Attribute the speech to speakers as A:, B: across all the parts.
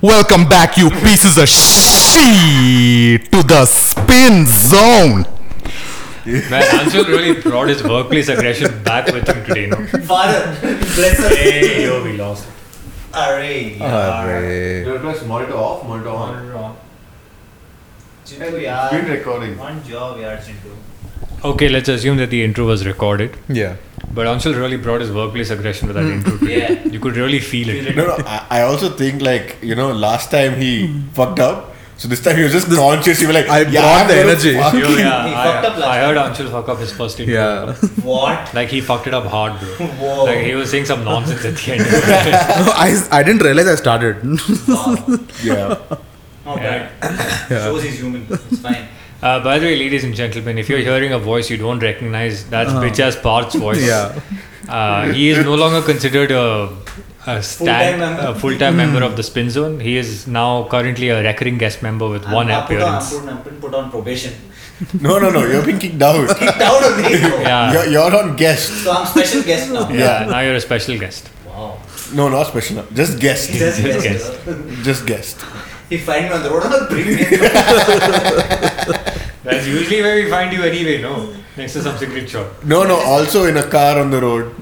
A: Welcome back, you pieces of shit, to the spin zone.
B: Man, Anshul really brought his workplace aggression back with him today. No?
C: Father, bless us.
B: Hey, yo, we lost.
C: Array.
A: Arre.
D: Your press monitor off, monitor on.
C: Chintu,
D: Been
C: yaar.
D: recording.
C: One job, yaar, Chintu.
B: Okay, let's assume that the intro was recorded.
A: Yeah. Hmm.
B: But Anshul really brought his workplace aggression with that intro today.
C: Yeah.
B: You could really feel it.
E: No, no. I, I also think like you know, last time he fucked up, so this time he was just conscious. You were like,
A: I
E: yeah,
A: brought
E: I'm
A: the
E: gonna
A: energy.
E: fuck-
B: Yo, yeah,
C: He fucked up
B: I,
C: last
B: I heard Anshul fuck up his first intro.
A: Yeah. Oh.
C: What?
B: Like he fucked it up hard, bro.
C: Whoa.
B: Like he was saying some nonsense at the end.
A: No, I, I didn't realize I started.
C: Wow.
E: Yeah.
C: Not
B: Yeah.
C: bad. Shows he's human. It's fine.
B: Uh, by the way, ladies and gentlemen, if you're hearing a voice you don't recognize, that's bitch ass Parth's voice.
A: yeah.
B: Uh, he is no longer considered a, a
C: Full-time
B: stand,
C: member.
B: a full-time member of the Spin Zone. He is now currently a recurring guest member with one
C: I'm, put on, I'm,
B: appearance.
C: put on, I'm put- put on probation.
E: No, no, no. You're being kicked out.
C: Kicked out of me.
B: Yeah.
E: You're, you're on guest.
C: So I'm special guest now.
B: yeah.
E: Yeah.
B: Now you're a special guest.
C: Wow.
E: No, not special. Just guest.
C: Just
B: Just
C: guest.
E: Just guest.
C: He find me on the road. I'll bring him.
B: That's usually where we find you anyway, no? Next to some cigarette shop.
E: No, no. Also in a car on the road.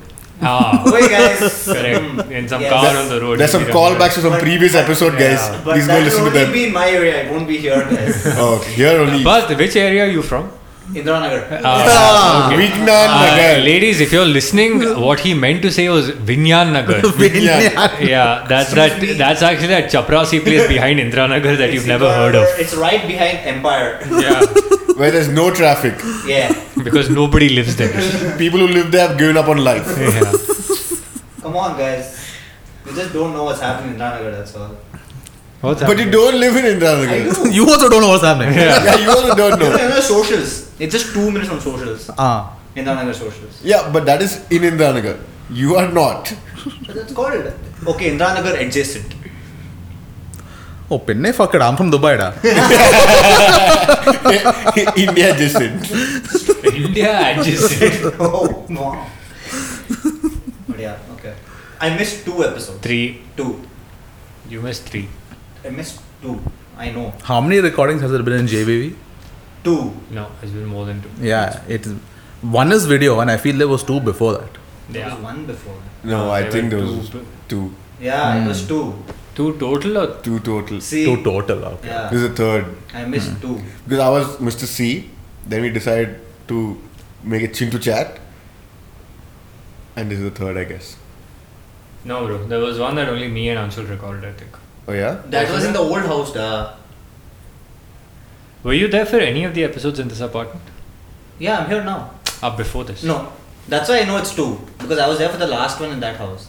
B: Ah,
C: Hey guys.
B: correct. In some
C: Yes.
B: car on the road.
E: There's
B: you
E: some
B: need a-
E: callbacks to some
C: But-
E: previous episode,
B: Yeah.
E: guys.
C: But
E: Please go
C: that will
E: listen to
C: only
E: them.
C: be in my area. I won't be here, guys.
E: Oh, here only.
B: But which area are you from?
C: Indira Nagar.
B: Ah, okay.
E: Vignan
B: Uh,
E: Nagar.
B: ladies, if you're listening, what he meant to say was Vinyan Nagar.
E: Yeah.
B: yeah, that's that. That's actually that Chaprasi place behind Indranagar that you've
C: It's
B: never
C: Indira
B: heard
C: Nagar.
B: of.
C: It's right behind Empire.
B: Yeah,
E: Where there's no traffic.
C: yeah.
B: because nobody lives there.
E: People who live there have given up on life.
B: Yeah.
C: Come on, guys. You just don't know what's happening in Indira Nagar. That's all.
B: What's
E: But you
B: happening?
E: don't live in Indira
C: I do.
A: You also don't know what's happening.
B: Yeah.
E: Yeah, you also don't
C: You know,
E: know.
C: you know, socials. It's just two minutes on socials.
A: Ah.
C: Indira Nagar socials.
E: Yeah, but that is in Indira Nagar. You are not.
C: But that's called okay. Indira Nagar adjacent.
A: Oh, pinne, fuck it. I'm from Dubai, da.
E: India just in.
B: India adjacent.
C: oh wow. but yeah, okay. I missed two episodes.
B: Three.
C: Two.
B: You missed three.
C: I missed two. I know.
A: How many recordings has there been in JBV?
C: Two.
B: No, it's been more than two.
A: Yeah, it's one is video, and I feel there was two before that.
C: There
B: Yeah.
C: was one before.
E: No,
B: Uh,
E: I
B: there
E: think
B: were
E: there was
B: two-
E: two.
C: Yeah, it was two.
B: Two total or
E: Two total. This
C: See.
A: Two total. Okay.
C: Yeah.
E: is the third.
C: I missed two.
E: Because I was Mr. C. Then we decided to make it Chintu chat. And this is the third, I guess.
B: no, bro? There was one that only me and Anshul recorded. I think.
E: Oh, yeah?
C: That was in the old house, da.
B: Were you there for any of the episodes in this apartment?
C: Yeah, I'm here now.
B: Up before this?
C: No. That's why I know it's two. Because I was there for the last one in that house.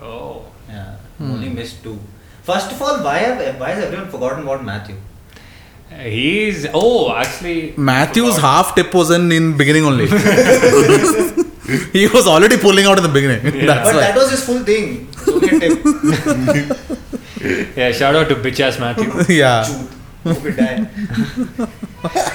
B: Oh.
C: Yeah.
A: Hmm.
C: Only missed two. First of all, why have why has everyone forgotten about Matthew?
B: He's oh actually
A: Matthew's
B: forgot.
A: half tip was in in beginning only. he was already pulling out in the beginning.
B: Yeah.
A: That's
C: but
A: why.
C: that was his full thing. It's only a tip.
B: Yeah, shout out to bitch ass Matthew.
A: yeah.
C: Shoot. Hope you die.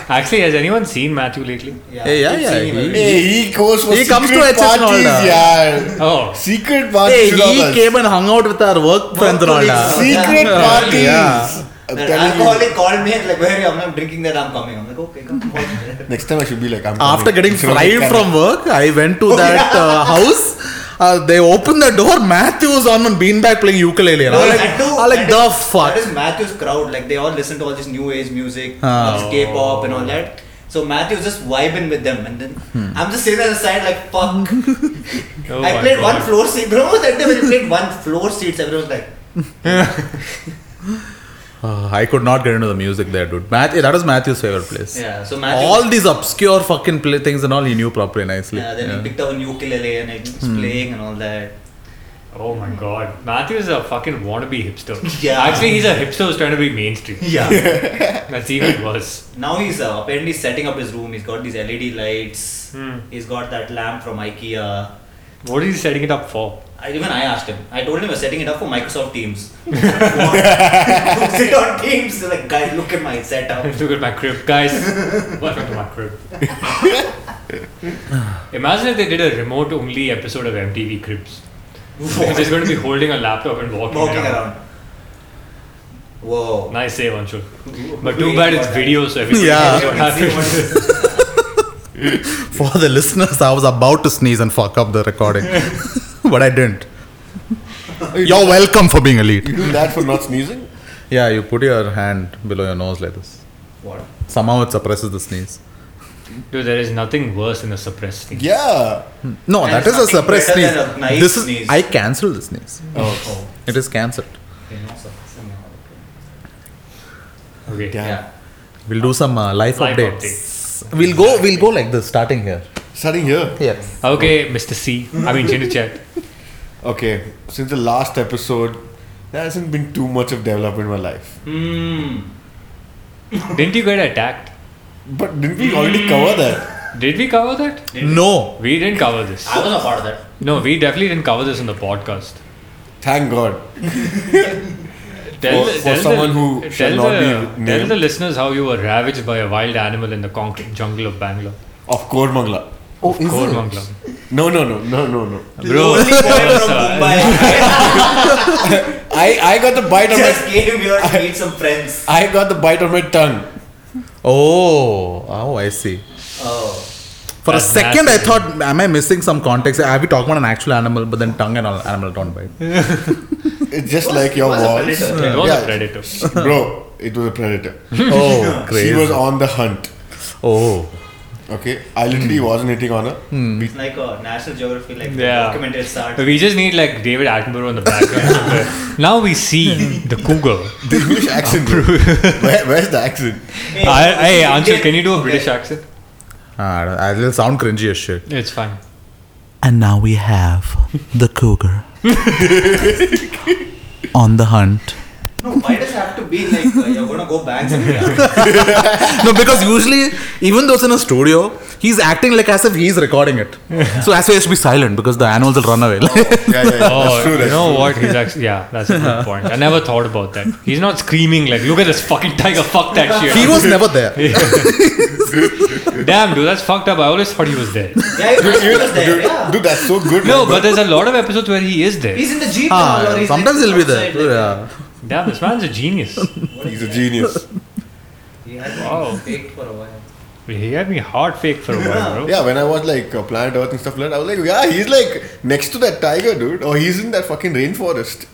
B: actually, has anyone seen Matthew lately?
C: Yeah.
A: Hey, yeah,
C: Keep
A: yeah,
C: seeing him
A: he-
C: every
E: Hey, he goes for
A: He
E: secret
A: comes to HSN all
E: parties,
A: da.
E: yeah.
B: Oh,
E: Secret
A: Hey,
E: parties.
A: he came and hung out with our work friends and all that.
C: See?
E: Secret
C: Yeah.
E: parties.
A: Yeah.
E: I'm
C: That
E: telling you.
C: alcoholic called me and like, where are you? I'm, I'm drinking that, I'm coming. I'm like, okay, come on.
E: Next time I should be like, I'm
A: After
E: coming.
A: getting
E: Instead of like,
A: fried
E: "Can I
A: from work, I went to that uh, house. Uh, they opened the door. Matthew was on one beanbag playing ukulele. And I was like,
C: that too-
A: I was like
C: that
A: the
C: is-
A: fuck.
C: That is Matthew's crowd. Like, they all listen to all this new age music,
A: Ah.
C: all this K-pop and all that. So Matthew's just vibing with them, and then
A: Hmm.
C: I'm just sitting at the side like, fuck.
B: Oh
C: I
B: my
C: played
B: God.
C: one floor seat, bro. That day when we played one floor seats, everyone's like,
A: Uh, I could not get into the music there, dude. Matthew, that was Matthew's favorite place.
C: yeah. So Matthew.
A: All these obscure fucking play things and all, he knew properly nicely.
C: yeah. Uh, Then
A: Yeah.
C: he picked up a ukulele and like,
B: Hmm.
C: was playing and all that.
B: Oh my god. Matthew is a fucking wannabe hipster.
C: Yeah.
B: Actually, he's a hipster who's trying to be mainstream.
C: Yeah.
B: That's even worse.
C: now he's uh, apparently setting up his room. He's got these LED lights. He's got that lamp from IKEA.
B: What is he setting it up for?
C: I, even I asked him. I told him we're setting it up for Microsoft Teams. What? Sit on Teams. He's Like, guys, look at my setup.
B: Look at my crib, guys. Welcome to my crib. Imagine if they did a remote only episode of MTV Cribs. They're just going to be holding a laptop and walking,
C: Walking
B: around.
C: around. Whoa.
B: Nice save, Anshul. But too bad it's video, so everything
A: Yeah.
B: knows what happens.
A: For the listeners, I was about to sneeze and fuck up the recording, but I didn't. You're welcome for being a lead.
E: You do that for not sneezing?
A: Yeah, you put your hand below your nose like this.
C: What?
A: Somehow it suppresses the sneeze.
B: Dude, there is nothing worse than a suppressed thing.
E: Yeah.
A: No,
C: And
A: that
C: it's
A: is a
C: nothing
A: suppressed
C: better
A: sneeze.
C: than a nice
A: this is
C: sneeze.
A: I cancel the sneeze.
C: Oh.
A: It is cancelled.
C: Okay, no, so- so now, okay.
B: Okay.
E: Damn.
C: Yeah.
A: We'll do some uh, life,
B: Life
A: updates. We'll go. We'll go like this, starting here.
E: Starting here.
A: Yes.
B: Okay, Mr. C. I mean, Chinnu Chat.
E: Okay. Since the last episode, there hasn't been too much of development in my life.
C: Hmm.
B: Didn't you get attacked?
E: But didn't we already cover that?
B: Did we cover that?
A: No.
B: We didn't cover this.
C: I was a part of that.
B: No, we definitely didn't cover this in the podcast.
E: Thank God.
B: Tell,
E: For-
B: the-
E: for
B: tell the-
E: someone who
B: tell
E: shall
B: the,
E: not be
B: Tell
E: named.
B: the listeners how you were ravaged by a wild animal in the concrete jungle of Bangalore.
E: Of course, Mangla.
A: Oh, is
B: Core
A: it?
B: Mangla.
E: No, no, no, no, no, no.
B: Bro,
C: Only
B: that
C: boy
B: was,
C: from
B: uh,
C: Mumbai.
E: I, I got the bite on
C: Just
E: my
C: came here to meet some friends.
E: I got the bite on my tongue.
A: Oh. Oh, I see.
C: Oh.
A: For
B: That's
A: a second, I
B: massive.
A: thought, am I missing some context? Are we talking about an actual animal? But then tongue and all animal don't bite.
E: It's just
C: was-
E: like your
C: it was a
E: walls.
C: predator.
B: it was
E: Yeah.
B: a predator.
E: Bro, it was a predator.
A: Oh,
E: She
A: crazy.
E: was on the hunt.
A: oh.
E: Okay, I literally
B: Hmm.
E: wasn't hitting on her.
C: It's like a National Geography, like
B: Yeah.
C: documented start.
B: We just need like David Attenborough in the background somewhere. Now we see the cougar.
E: The English accent. bro. Where, where's the accent?
C: Hey,
B: I, hey,
C: Indian-
B: Anshul, can you do a
C: Okay.
B: British accent?
A: Ah, it'll sound cringy as shit.
B: It's fine.
A: And now we have the cougar on the hunt.
C: No, why does it have to be like uh, you're gonna go back somewhere?
A: No, because usually, even though it's in a studio, he's acting like as if he's recording it. So as he has to be silent because the animals will run away.
E: Yeah, yeah, yeah.
B: Oh,
E: that's true.
B: you
E: That's
B: know
E: true.
B: what? He's actually yeah. That's a good point. I never thought about that. He's not screaming like, "Look at this fucking tiger! Fuck that shit!"
A: he was never there.
B: Damn, dude, that's fucked up. I always thought he was there.
C: Yeah, he
E: Dude, you-
C: was there.
E: dude,
C: Yeah.
E: dude, that's so good.
B: No,
E: man.
B: but there's a lot of episodes where he is there.
C: He's in the jeep. and all, or
A: Ah,
C: he's
A: sometimes
C: like
A: he'll be there.
C: outside, like,
A: Yeah.
B: Damn, this man's a genius.
C: what
E: he's
C: is
E: a
C: that?
E: genius.
C: He has
B: Wow.
C: been fake for a while.
B: He had me hard fake for a while, bro.
E: Yeah, when I watched like uh, Planet Earth and stuff like that, I was like, yeah, he's like next to that tiger, dude, or he's in that fucking rainforest.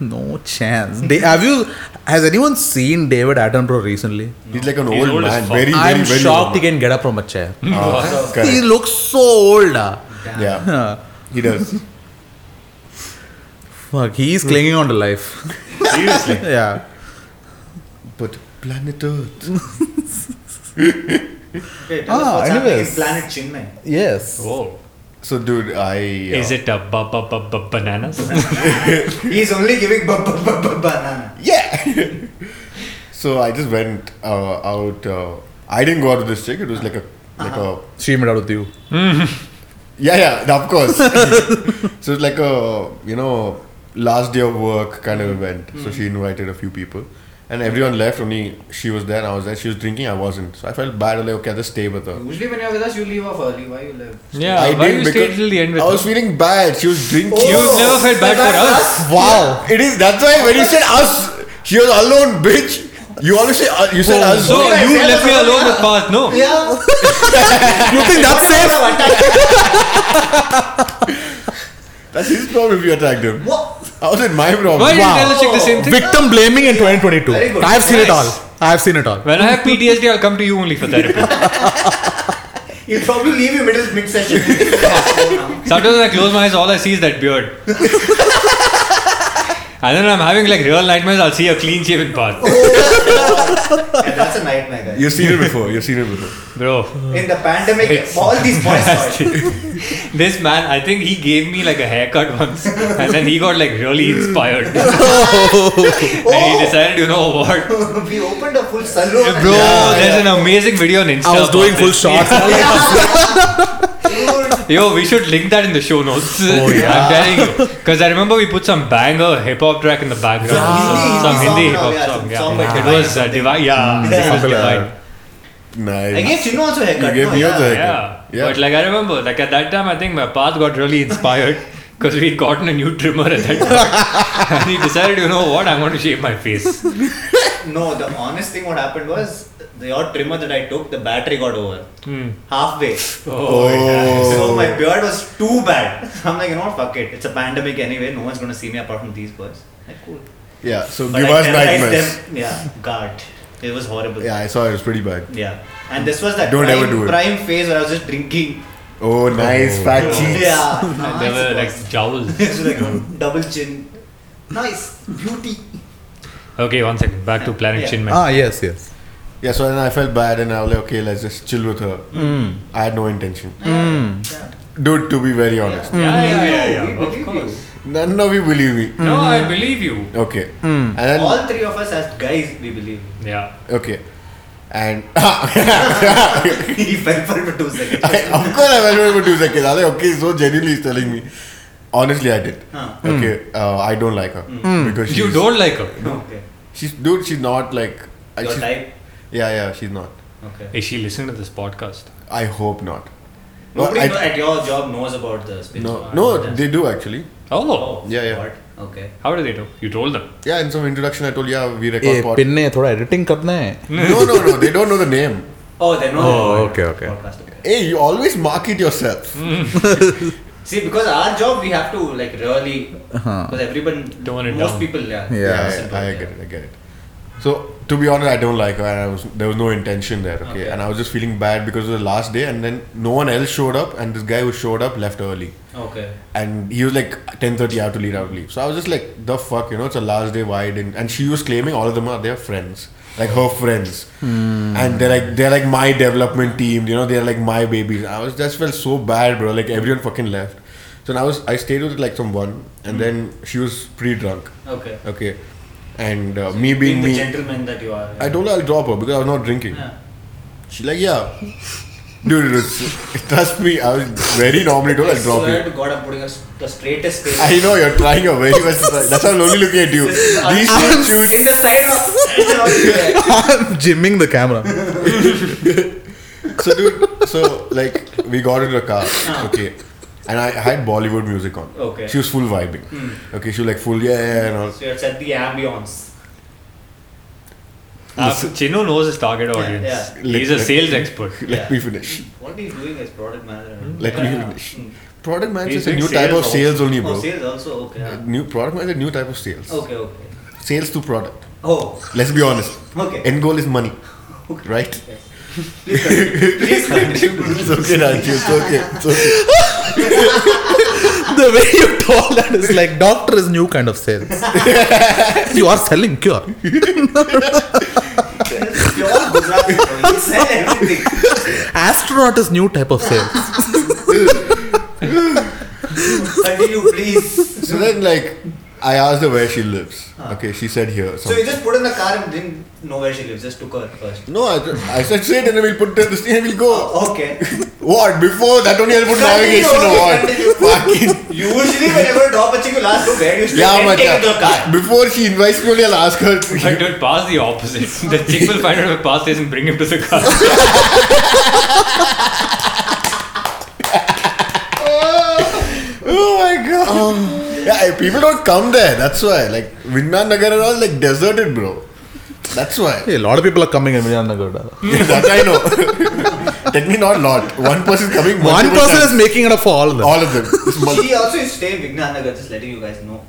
A: No chance. Da- have you? Has anyone seen David Attenborough recently?
E: He's like an
B: He's
E: old,
B: old as
E: man,
B: fuck.
E: very, very,
A: I'm
E: very
A: shocked he
E: old.
A: can get up from a chair.
E: Ah,
A: He
E: correct.
A: looks so old. ah.
C: Damn.
E: Yeah,
A: Huh.
E: he does.
A: Fuck, he is clinging on to life.
E: Uh-huh.
B: Seriously.
A: yeah.
E: But Planet Earth.
C: Okay, tell us
A: Ah,
C: what's happening in
A: anyways.
C: planet Chinmay.
A: Yes.
B: Whoa.
E: So, dude, I. uh,
B: Is it a bu- bu- bu- bu- bananas?
C: He's only giving bu- bu- bu- bu- banana.
E: Yeah. so I just went uh, out. Uh, I didn't go out with this chick. It was like a like a
A: She made out with you.
E: yeah yeah of course. so it's like a you know last day of work kind of event. So she invited a few people, and everyone left. Only she was there. And I was there. She was drinking. I wasn't. So I felt bad. I was like okay, I'll just stay with her.
C: Usually when you're with us, you leave off early. Why you leave?
B: Yeah.
E: I
B: why
E: did
B: you
E: because
B: stayed till the end with
E: I was
B: us?
E: feeling bad. She was drinking. Oh.
B: You've never felt bad for us.
A: Wow.
E: It is. That's why when you said us, she was alone, bitch. You always say uh, you said us.
B: Oh, So
C: Okay,
B: you
C: yeah,
B: left me
C: yeah.
B: alone with Parth. No.
C: Yeah.
A: You think that's safe?
E: That's his problem if you attacked him.
C: What?
E: How is it my problem?
B: Why did you
A: Wow.
B: tell the chick the same thing?
A: Victim blaming in 2022.
C: Very good.
A: I've seen it all.
B: Nice.
A: I've seen it all.
B: When I have PTSD, I'll come to you only for therapy.
C: You'll probably leave him middle mid session.
B: Sometimes when I close my eyes, all I see is that beard. and then I'm having like real nightmares, I'll see a clean shaven Parth.
C: Yeah, that's a nightmare, guys.
E: You've seen it before. You've seen it before.
B: Bro,
C: In the pandemic,
B: It's-
C: all these boys
B: nasty.
C: saw it.
B: this man, I think he gave me like a haircut once. And then he got like really inspired. And he decided, you know what?
C: we opened a full saloon.
B: Bro, there's an amazing video on
A: I
B: Instagram.
A: was doing full shots.
B: Yo, we should link that in the show notes.
A: Oh, yeah.
B: I'm telling you. Because I remember we put some banger hip hop track in the background.
C: Yeah.
B: Some Hindi
C: Hindi- Hindi
B: hip
C: song,
B: hop
C: yeah,
B: song.
C: some
B: Yeah.
C: song by
B: It
C: Divine or
B: was uh,
C: something.
B: divine. Yeah, it was
A: something like
B: divine.
E: Nice.
C: I guess you know also haircut.
E: You gave
C: no?
E: me
C: yeah.
E: also haircut.
B: Yeah.
E: Yeah.
B: But like I remember, like at that time, I think my path got really inspired.
F: because we'd gotten a new trimmer at that time. and he decided, you know what, I'm going to shave my face.
C: Oh, No, the honest thing what happened was the odd trimmer that I took, the battery got over
F: Hmm.
C: halfway.
F: Oh,
C: So my beard was too bad. I'm like, you know what, fuck it. It's a pandemic anyway. No one's gonna see me apart from these boys. Like, cool.
E: Yeah, so
C: But
E: give
C: I
E: us
C: terrorized
E: nightmares.
C: them. Yeah, God, it was horrible.
E: Yeah, I saw it. It was pretty bad.
C: Yeah. And this was that
E: Don't
C: prime,
E: ever do it.
C: prime phase where I was just drinking.
E: Oh, nice fat cheeks.
C: Yeah.
F: And they were like jowls.
C: It's like double chin. Nice. Beauty.
F: Okay, one second. Back to Planet
C: Yeah. Uh,
F: Chinmay.
A: Ah, yes, yes.
E: Yeah, so then I felt bad and I was like, okay, let's just chill with her. I had no intention.
C: Yeah.
E: Dude, to be very honest.
F: Yeah, yeah, yeah,
C: We
F: yeah,
C: believe
F: Hmm. Of
C: you.
F: course.
E: None of you believe me.
B: Hmm.
F: No, I
C: mm-hmm.
F: believe you.
E: Okay. And then,
C: All three of us as guys, we believe.
F: Yeah.
E: okay. And
C: he fell for it for two seconds.
E: I, of course, I measured for two seconds. I was like, okay, so genuinely he's telling me. Honestly, I did.
C: Huh.
E: Okay, uh, I don't like her because she's,
F: You don't like her.
C: Okay.
E: She's dude. She's not like. I-
C: Your
E: she's-
C: type.
E: Yeah, yeah, she's not.
C: Okay.
F: Is she listening to this podcast?
E: I hope not. No,
C: Nobody
E: I-
C: know- at your job knows about the space.
E: No,
C: bar.
E: no, they do actually.
F: Oh.
C: Oh,
E: Yeah, yeah.
C: what? Okay.
F: How do they know? You told them.
E: Yeah, in some introduction, I told yeah we
A: ये
E: record pod.
A: पिन ने थोड़ा editing करना है
E: No, no, no. They don't know the name.
C: Oh, they know.
A: Oh,
C: about
A: okay,
C: the
A: okay.
C: Podcast. okay.
E: Hey, you always market yourself.
C: See, because our job, we have to like really, because everyone,
F: Tone it
C: most
F: down.
C: people, yeah,
A: Yeah,
E: yeah,
C: listen to
E: I, I
C: it,
E: get it. I get it. So to be honest, I don't like her, and I was there was no intention there. Okay,
C: Okay.
E: and I was just feeling bad because it was the last day, and then no one else showed up, and this guy who showed up left early,
C: yeah. Okay.
E: and he was like 10:30, I have to leave, I have to leave. So I was just like, the fuck, you know, it's the last day, why didn't? And she was claiming all of them are their friends, like her friends,
C: Hmm.
E: and they're like they're like my development team, you know, they're like my babies. I was just felt so bad, bro. Like everyone fucking left. So then I was I stayed with like someone, and
C: Hmm.
E: then she was pretty drunk.
C: Okay.
E: Okay. And uh, me being
C: the
E: me,
C: gentleman that you are.
E: I told her I'll drop her because I was not drinking.
C: Yeah.
E: She's like, yeah. Dude, it was, trust me, I was very normally told I'll drop
C: swear
E: you.
C: to God, I'm putting us the straightest. face.
E: I know you're trying your very best. to try. That's why I'm only looking at you. These
C: I'm
E: two shoots.
C: in the side of. in the-
A: I'm jimming the camera.
E: So, dude, so like, we got into the car. Okay. And I had Bollywood music on.
C: Okay.
E: She was full vibing. Okay, she was like full, yeah, yeah, and all.
C: So you set the ambience.
F: Uh, Chino knows his target audience.
C: yeah.
F: He's a sales export.
E: Let
C: Yeah.
E: me finish.
C: What he's doing as product manager.
E: Hmm. Let
C: Yeah. Hmm.
E: me finish. Product manager
F: He's
E: is a
F: doing
E: new type
F: sales
E: of sales
F: also.
E: only, bro.
C: Oh, sales also okay. yeah.
E: New product manager, new type of sales.
C: Okay, okay.
E: Sales to product.
C: Oh,
E: Let's be honest.
C: okay.
E: End goal is money, right?
C: Please continue. Please continue.
E: It's okay, Ranji. It's okay. It's okay.
A: The way you told that is like doctor is new kind of sales. you are selling cure.
C: You're all Gujarati. bro. You said everything.
A: Astronaut is new type of sales.
C: Continue, please.
E: So then, like, I asked her where she lives. Okay, she said here.
C: So you
E: Some,
C: just put in the car and didn't know where she lives. Just took her first.
E: no, I, I said straight, and then we'll put the thing and we'll go.
C: Okay.
E: What? Before that only I'll put
C: Continue,
E: navigation or
C: continue.
E: what? Fucking.
C: Usually, whenever drop a chick, you last look where do you stay.
E: Yeah,
C: Then
E: but
C: take it to the car.
E: before she invites me, only I'll ask her.
F: But don't pass the opposite. The chick will find out the past is and bring him to the car.
E: Oh my god. yeah, people don't come there. That's why. Like, Vinman Nagar and all, like, deserted, bro. That's why.
A: Hey, a lot of people are coming in Vijayanagar.
E: that I know. Technically not lot. One person coming.
A: One
E: multiple
A: person
E: times.
A: is making it up for all of them.
E: All of them. It's mul-
C: She also is staying in Vignanagar, just letting you guys know.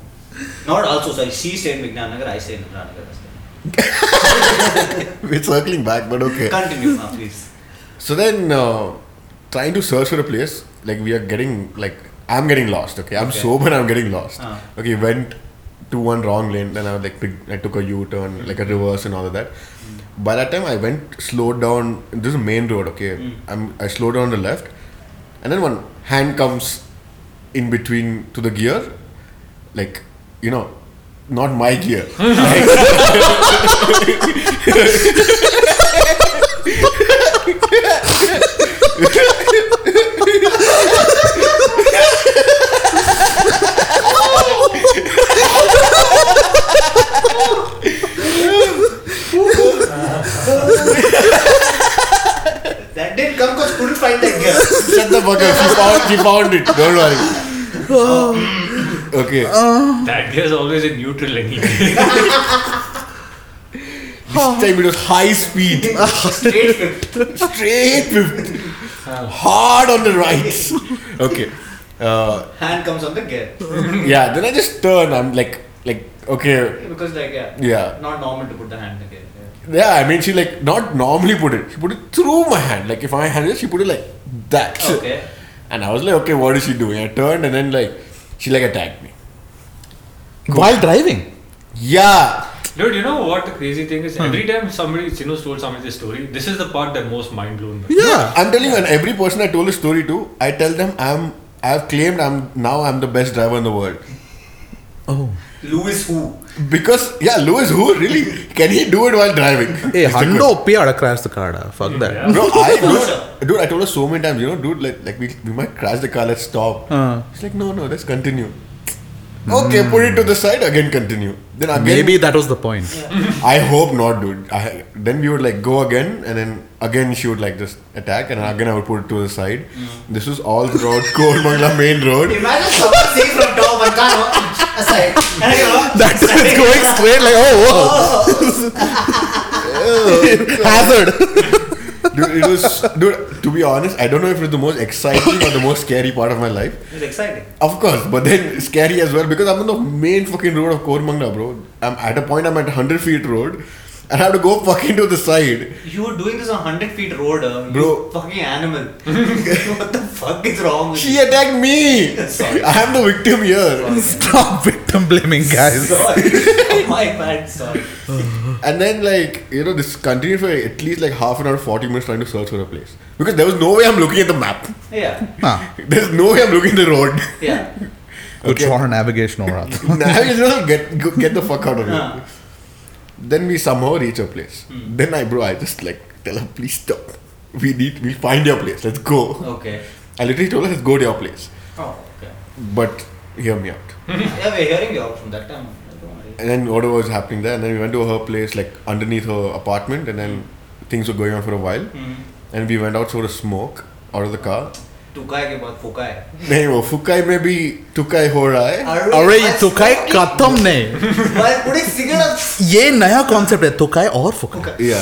C: Not also, sorry, she stayed in Vignanagar, I stay in Vignanagar. that's it.
E: We're circling back, but okay.
C: Continue now, please.
E: So then, uh, trying to search for a place, like we are getting, like I'm getting lost. Okay, I'm
C: Okay.
E: sober and I'm getting lost.
C: Ah.
E: Okay, went to one wrong lane, then I was like, picked, I took a U-turn,
C: Mm.
E: like a reverse and all of that. By that time, I went slowed down. This is main road. Okay,
C: Mm.
E: I'm I slowed down on the left, and then one hand comes in between to the gear, like you know, not my gear.
C: That didn't come because couldn't find that girl.
E: Shut the fuck up. She found, she found it. Don't worry.
C: Oh.
E: Okay.
F: That girl's always in neutral anyway.
E: This time it was high speed.
C: Straight fifth.
E: Straight fifth. Hard on the right. Okay. Uh,
C: Hand comes on the gear.
E: yeah, then I just turn. I'm like, like, okay.
C: Because, like, yeah.
E: Yeah.
C: Not normal to put the hand in the gear. Yeah.
E: Yeah, I mean, she like not normally put it. She put it through my hand. Like if my hand is, she put it like that.
C: Okay.
E: And I was like, okay, what is she doing? I turned and then like she like attacked me.
A: While driving.
E: Yeah.
F: Dude, you know what the crazy thing is? Every time somebody, you know, told somebody this story, this is the part that most mind blown. by.
A: Yeah.
E: I'm telling you, and every person I told a story to, I tell them I'm I've claimed I'm now I'm the best driver in the world.
A: Oh.
C: Lewis who?
E: Because yeah, Lewis who really can he do it while driving?
A: Hey,
E: It's a good-
A: Hundo P had crash the car. da. Fuck that.
F: Yeah.
E: Bro, I dude, dude, I told her so many times, you know, dude, like, like we, we might crash the car, let's stop.
A: Uh. Hmm.
E: She's like, no, no, let's continue. Okay, put it to the side, again continue. Then again,
A: Maybe that was the point.
E: I hope not, dude. I, then we would like go again, and then again she would like just attack, and again I would put it to the side. This was all throughout Koramangala main road.
C: Imagine someone saying from top, I can't walk aside. And I go,
A: That's it's going straight like oh, whoa. hazard.
E: Dude, it was, dude, to be honest, I don't know if it was the most exciting or the most scary part of my life.
C: It's exciting.
E: Of course, but then scary as well because I'm on the main fucking road of Kormangla, bro. I'm at a point I'm at 100 feet road and I have to go fucking to the side.
C: You were doing this on 100 feet road, uh, you
E: Bro.
C: fucking animal. what the fuck is wrong with
E: She
C: you?
E: attacked me!
C: Sorry.
E: I am the victim here.
A: Stop victim blaming, guys.
C: Sorry. Oh, my bad, sorry.
E: And then, like, you know, this continued for at least like half an hour, 40 minutes trying to search for a place because there was no way I'm looking at the map.
C: Yeah,
A: Ah,
E: There's no way I'm looking at the road.
C: yeah.
A: good
E: Okay.
A: for navigation over. that.
E: now you know, get, go- get the fuck out of
C: Huh.
E: here. Then we somehow reach a place. Then I, bro, I just like tell her, please stop. We need, we'll find your place. Let's go.
C: Okay.
E: I literally told her, let's go to your place.
C: Oh, okay.
E: But hear me out.
C: Yeah, we're hearing you out from that time. Don't worry.
E: And then whatever was happening there, and then we went to her place, like underneath her apartment, and then things were going on for a while.
C: Hmm.
E: And we went out for a smoke out of the car.
C: Tukai के बाद फुका है
E: नहीं वो फुकाई में भी टुकाई हो रहा है
A: अरे ये तुकाई खत्म नहीं
C: भाई पूरी सिगरेट
A: ये नया कॉन्सेप्ट है तुकाई और फुकाई
E: या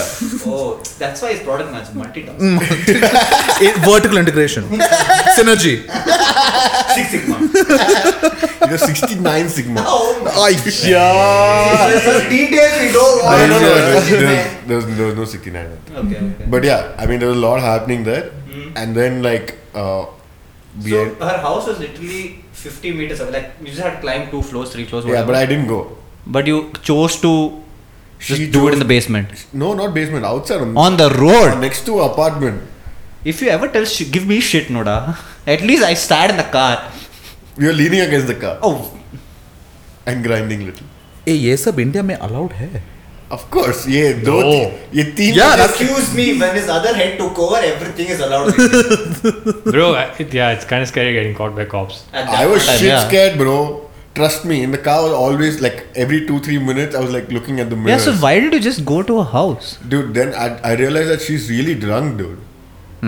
C: oh that's why his product match multitask
A: vertical integration synergy
E: Mm.
C: six sigma
E: इधर 69 sigma
C: oh my
A: yeah
C: god so details we don't
E: Oh, No,
C: want
E: no, no, there was-
C: okay
E: there was- there was there was no 69. I think.
C: okay
E: But yeah, I mean, there was a lot happening there. And then, like, uh, we
C: so
E: had-
C: her house was literally 50 meters away like you just had to climb two floors three floors
E: yeah,
C: whatever.
E: but I didn't go.
C: but you chose to just
E: She
C: do it in
E: chose-
C: the basement
E: No, not basement, outside.
C: on the road.
E: next to apartment.
C: If you ever tell, sh- give me shit, Noda. At least I sat in the car.
E: We were leaning against the car
C: Oh,
E: and grinding little.
A: ए ये सब India में allowed है
E: Of course, ये दो
G: Oh.
F: No.
E: ये तीन
A: Yeah,
E: बजे-
A: that's-
C: excuse me. When his other head took over, everything is allowed. At that
F: Bro, I- it, yeah, it's kind of scary getting caught by cops.
E: I was
C: point of time,
E: shit
C: yeah.
E: scared, bro. Trust me, in the car was always like every two three minutes I was like looking at the mirror.
G: Yeah, so why did you just go to a house?
E: dude, then I, I realized that she's really drunk, dude.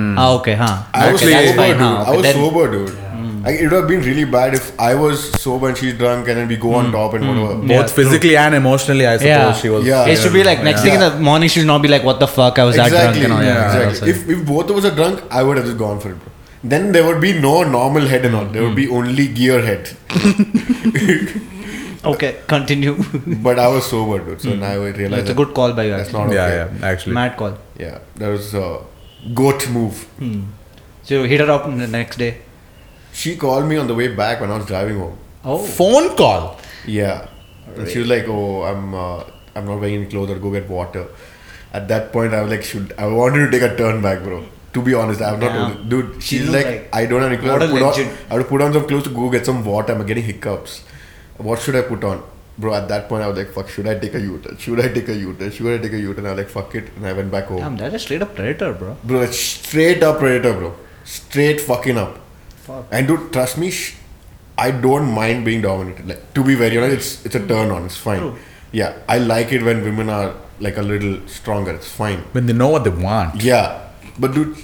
G: Ah, okay, huh.
E: Hmm. I was
G: Okay, that's
E: sober,
G: fine,
E: dude.
G: huh,
E: I
G: okay,
E: was
G: then-
E: sober, dude. Like, it would have been really bad if I was sober and she's drunk and then we go
G: Hmm.
E: on top and whatever.
A: both physically and emotionally I suppose
G: Yeah.
A: she was
E: Yeah.
G: It should be like next thing in the morning she'll not be like what the fuck I was that
E: Exactly.
G: drunk and all
A: yeah,
G: that.
E: exactly. If, if both of us are drunk, I would have just gone for it, bro. Then there would be no normal head and all. There would be
G: Hmm.
E: only gear head.
G: Okay, continue.
E: But I was sober, dude. So now I realized
G: Hmm. That's a
E: that
G: good call by you
E: That's
G: actually.
E: not okay.
A: yeah yeah actually
G: Mad call.
E: Yeah, that was a goat move.
G: Hmm. So you hit her up the next day.
E: She called me on the way back when I was driving home.
G: Oh.
A: phone call
E: Yeah, and she was like, "Oh, I'm uh, I'm not wearing any clothes. Or go get water." At that point, I was like, "Should I wanted to take a turn back, bro?" To be honest, I'm not,
G: Yeah.
E: dude.
G: She
E: She's
G: looked
E: like,
G: like-
E: "I don't have any
G: What
E: clothes. I
G: a
E: put on,
G: legend.
E: I would put on some clothes to go get some water. I'm getting hiccups. What should I put on?" Bro, at that point, I was like, "Fuck! Should I take a U-turn? Should I take a U-turn? Should I take a U-turn?" I was like, "Fuck it!" And I went back home.
G: Damn, that's a straight up predator, bro.
E: Bro, that's straight up predator, bro. Straight fucking up. And dude, trust me, sh- I don't mind being dominated. Like to be very honest, it's it's a turn on. It's fine. Yeah, I like it when women are like a little stronger. It's fine.
A: when they know what they want
E: Yeah, but dude,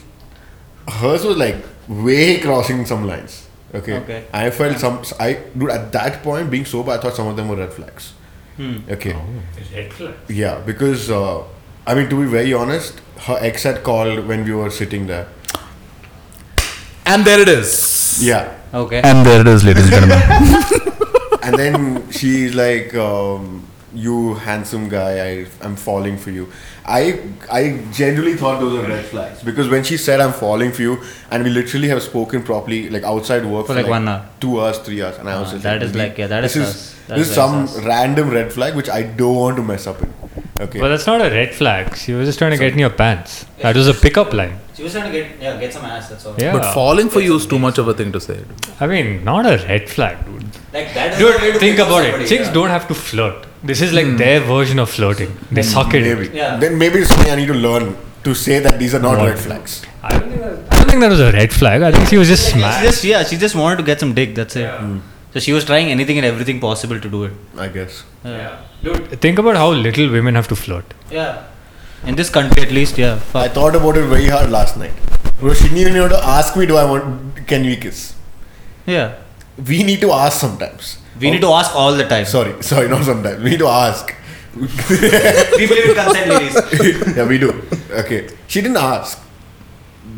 E: hers was like way crossing some lines. Okay.
F: Okay.
E: I felt some. I dude at that point being sober, I thought some of them were red flags. Okay.
B: Oh.
E: Yeah, because uh, I mean to be very honest, her ex had called when we were sitting there.
A: And there it is.
E: Yeah,
G: Okay.
A: And there it is, ladies and gentlemen.
E: and then she's like, um, "You handsome guy, I I'm falling for you." I I generally thought those were red flags because when she said I'm falling for you, and we literally have spoken properly like outside work
G: For like one hour.
E: two hours, three hours, and I
G: Ah,
E: was just
G: that is
E: "Really?
G: like- yeah, that
E: this
G: is
E: is
G: sus. That
E: this
G: is
E: is
G: very
E: some
G: sus.
E: random red flag which I don't want to mess up in. Okay,
F: But that's not a red flag. She was just trying to get in your pants. That was a pickup line.
C: She was trying to get yeah, get some ass. That's all.
F: Yeah.
A: But falling for you is too much of a thing to say.
F: I mean, not a red flag, dude.
C: Like that is the way
F: Dude,
C: to
F: think
C: pick up
F: about it.
C: somebody,
F: Chicks
C: yeah.
F: don't have to flirt. This is like their version of flirting. They suck at
E: maybe
F: it.
C: Yeah.
E: then maybe it's something I need to learn to say that these are not
F: What?
E: red flags.
F: I don't think that- I don't think that was a red flag. I think she was just
C: She
F: smashed.
C: just yeah, she just wanted to get some dick. That's it. Mm. So she was trying anything and everything possible to do it.
E: I guess.
F: Yeah. Dude, think about how little women have to flirt.
C: Yeah. In this country, at least, yeah.
E: I
C: Fuck.
E: thought about it very hard last night. Bro, she didn't even know to ask me, do I want, can we kiss?
C: Yeah.
E: We need to ask sometimes. Oh,
C: We need to ask all the time.
E: Sorry, sorry, not sometimes. We need to ask.
C: we believe in consent, ladies.
E: yeah, we do. Okay. She didn't ask.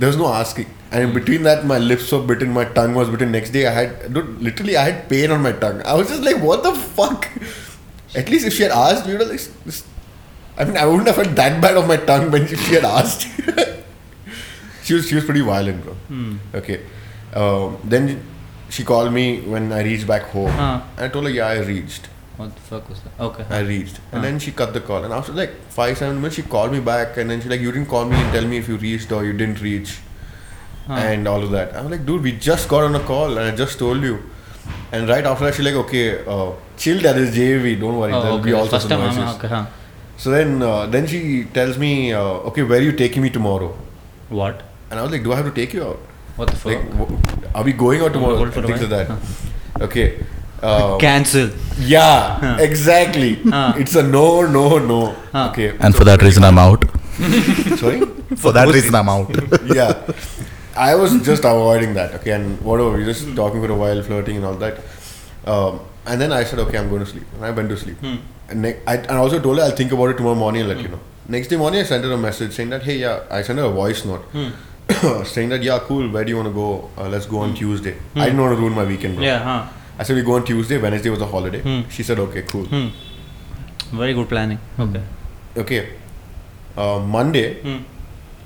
E: There was no asking. And in between that, my lips were bitten, my tongue was bitten. Next day, I had, dude, literally, I had pain on my tongue. I was just like, what the fuck? At least if she had asked, you know, like, s- s- I mean, I wouldn't have felt that bad of my tongue when if she had asked. she was she was pretty violent, bro. Okay. Um, then she called me when I reached back home.
C: Huh.
E: And I told her, yeah, I reached.
C: What the fuck was that? Okay.
E: I reached.
C: Ah.
E: And then she cut the call. And after like five, seven minutes, she called me back. And then she like, you didn't call me and tell me if you reached or you didn't reach.
C: Ah.
E: And all of that. I was like, dude, we just got on a call and I just told you. And right after that, she like, okay, uh, chill, that is JV. Don't worry. There'll
C: Oh,
E: be
C: okay.
E: all
C: First
E: sorts of
C: time,
E: noises.
C: I'm, okay, huh?
E: So then, uh, then she tells me, uh, okay, where are you taking me tomorrow?
C: What?
E: And I was like, do I have to take you out?
C: What the fuck?
E: Like, w- are we going out tomorrow?
C: going for
E: And
C: a Ah.
E: things like
C: ride?
E: that. Okay. Um,
C: Cancel.
E: yeah, exactly. It's a no, no, no.
C: Huh.
E: Okay.
A: And for that reason, I'm out.
E: Sorry?
A: For that reason, I'm out.
E: yeah. I was just avoiding that, okay, and whatever, we were just talking for a while, flirting and all that. Um, and then I said, okay, I'm going to sleep. And I went to sleep.
C: Hmm.
E: And, ne- I, and I also told her, I'll think about it tomorrow morning and let you know. Next day morning, I sent her a message saying that, hey, yeah, I sent her a voice note
C: Hmm.
E: saying that, yeah, cool, where do you want to go? Uh, let's go on Tuesday. I didn't want to ruin my weekend, bro.
C: Hmm. Yeah, Hmm. huh?
E: I said, we go on Tuesday, Wednesday was a holiday. She said, okay, cool.
C: Very good planning. Okay.
E: Okay. Uh, Monday,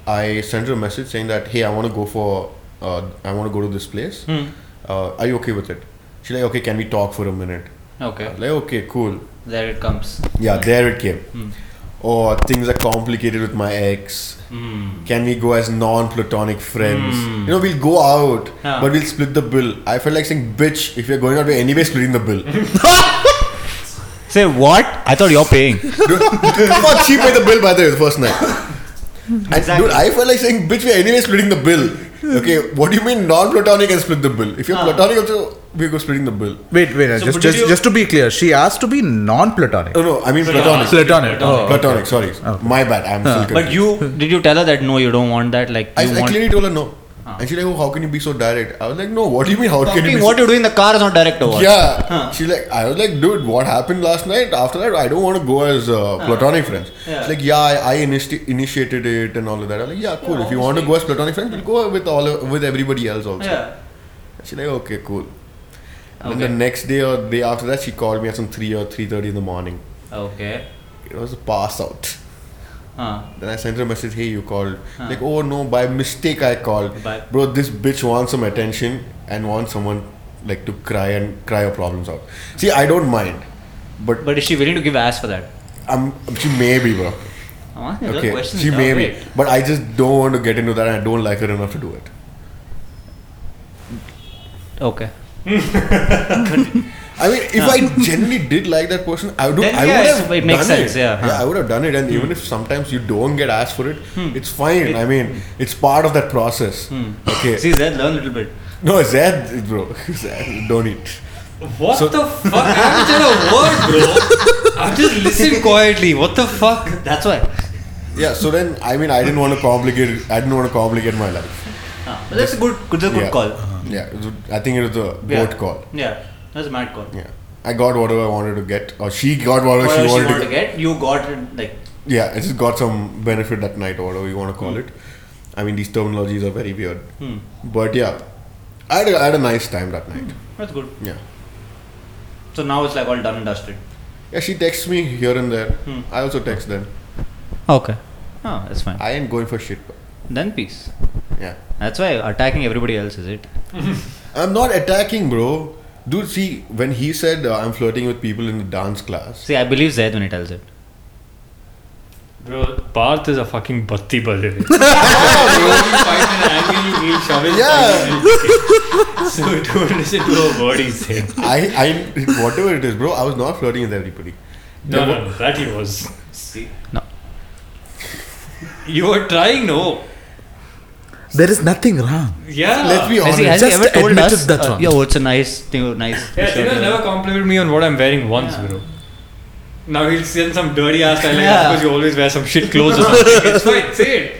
E: I sent her a message saying that hey, I want to go for uh, I want to go to this place. Uh, are you okay with it? She's like, okay, can we talk for a minute? I
C: Okay.
E: was like, okay, cool.
C: There it comes.
E: Yeah, there it came. Or things are complicated with my ex. Can we go as non-platonic friends? You know, we'll go out,
C: Yeah.
E: but we'll split the bill. I felt like saying, bitch, if you're going out, we're anyway splitting the bill.
G: Say what? I thought you're paying.
E: Dude, fuck, she paid the bill by the way, the first night. And
C: Exactly.
E: dude, I felt like saying, bitch, we're anyway splitting the bill. Okay, what do you mean non-platonic and split the bill? If you're
C: Ah.
E: platonic also, we go splitting the bill.
A: Wait, wait,
C: So
A: just,
C: did
A: just,
C: you-
A: just to be clear, she asked to be non platonic.
E: Oh, No, no, I mean platonic.
A: Platonic. Oh, okay.
E: Platonic, sorry. My bad, I'm still
C: Ah. But
E: confused.
C: you did you tell her that no, you don't want that. Like you
E: I, I
C: want.
E: clearly told her no. And she's like, oh, how can you be so direct? I was like, no, what do you mean, how can you
G: Fucking
E: be
G: what
E: so
G: you do in the car is not direct or what?
E: yeah, she like I was like, dude, what happened last night? After that, I don't want to go as uh, platonic friends.
C: Yeah.
E: She's like, yeah, I, I initi- initiated it and all of that. I'm like, yeah, cool. if you want to go as platonic friends, we'll go with all with everybody else also.
C: yeah.
E: She's like, okay, cool. And
C: Okay.
E: then the next day or day after that, she called me at some three or three thirty in the morning.
C: Okay.
E: It was a pass out.
C: Huh.
E: Then I sent her a message, hey, you called. Like, oh no, by mistake I called.
C: By-
E: Bro, this bitch wants some attention and wants someone like to cry and cry her problems out. See, I don't mind. But,
C: But is she willing to give ass for that?
E: I'm she may be, bro.
C: I'm asking real
E: Okay.
C: questions
E: She
C: now,
E: may
C: wait.
E: be. But I just don't want to get into that and I don't like her enough to do it.
C: Okay.
E: I mean, if I genuinely did like that person, I would.
C: Then
E: I
C: yes,
E: would have
C: it makes
E: done
C: sense,
E: It.
C: yeah, Hmm. huh.
E: I would have done it, and even if sometimes you don't get asked for it,
C: Hmm.
E: it's fine. I mean, it's part of that process. Okay.
C: See, Zed, learn a little bit.
E: no, Zed, bro, Zed, don't eat.
F: What the fuck? I haven't said a word, bro. I'm just listening quietly. What the fuck?
C: That's why.
E: Yeah. So then, I mean, I didn't want to complicate. I didn't want to complicate my life.
C: Huh. But that's a good, good, good
E: Yeah.
C: call.
E: Yeah, it was- I think it was a
F: Yeah.
E: boat call.
F: Yeah, that's a mad call.
E: Yeah, I got whatever I wanted to get, or she got whatever,
C: Whatever
E: she wanted to.
C: to get, you got it, like
E: Yeah, I just got some benefit that night, or whatever you want to call it. I mean, these terminologies are very weird, but yeah, I had a, I had a nice time that night.
C: Hmm.
F: That's good.
E: Yeah.
F: So now it's like all done and dusted.
E: Yeah, she texts me here and there.
F: Hmm.
E: I also text them.
G: Okay.
F: Oh, that's fine.
E: I ain't going for shit.
F: Then peace.
E: Yeah.
F: That's why attacking everybody else is it?
E: I'm not attacking, bro. Dude, see, when he said uh, I'm flirting with people in the dance class,
F: See, I believe Zaid when he tells it.
B: Bro, Parth is a fucking batti by
G: Oh,
B: the way.
E: Yeah.
B: so don't listen to a word he's saying.
E: I, I, whatever it is, bro, I was not flirting with everybody.
B: No, no, no, that he was.
C: see.
B: You were trying, no.
A: There is nothing wrong.
B: Yeah.
E: Let's be
G: Has
E: honest.
G: he, has
A: Just
G: he ever told
A: admitted
G: us?
A: that
G: uh,
A: one.
G: Yo, it's a nice, thing, nice.
B: Yeah,
G: shirt
B: Dinesh
G: you're
B: never complimented me on what I'm wearing once,
C: Yeah.
B: bro. Now he'll send some dirty ass style like
G: Yeah.
B: because you always wear some shit clothes or something. It's fine, say it.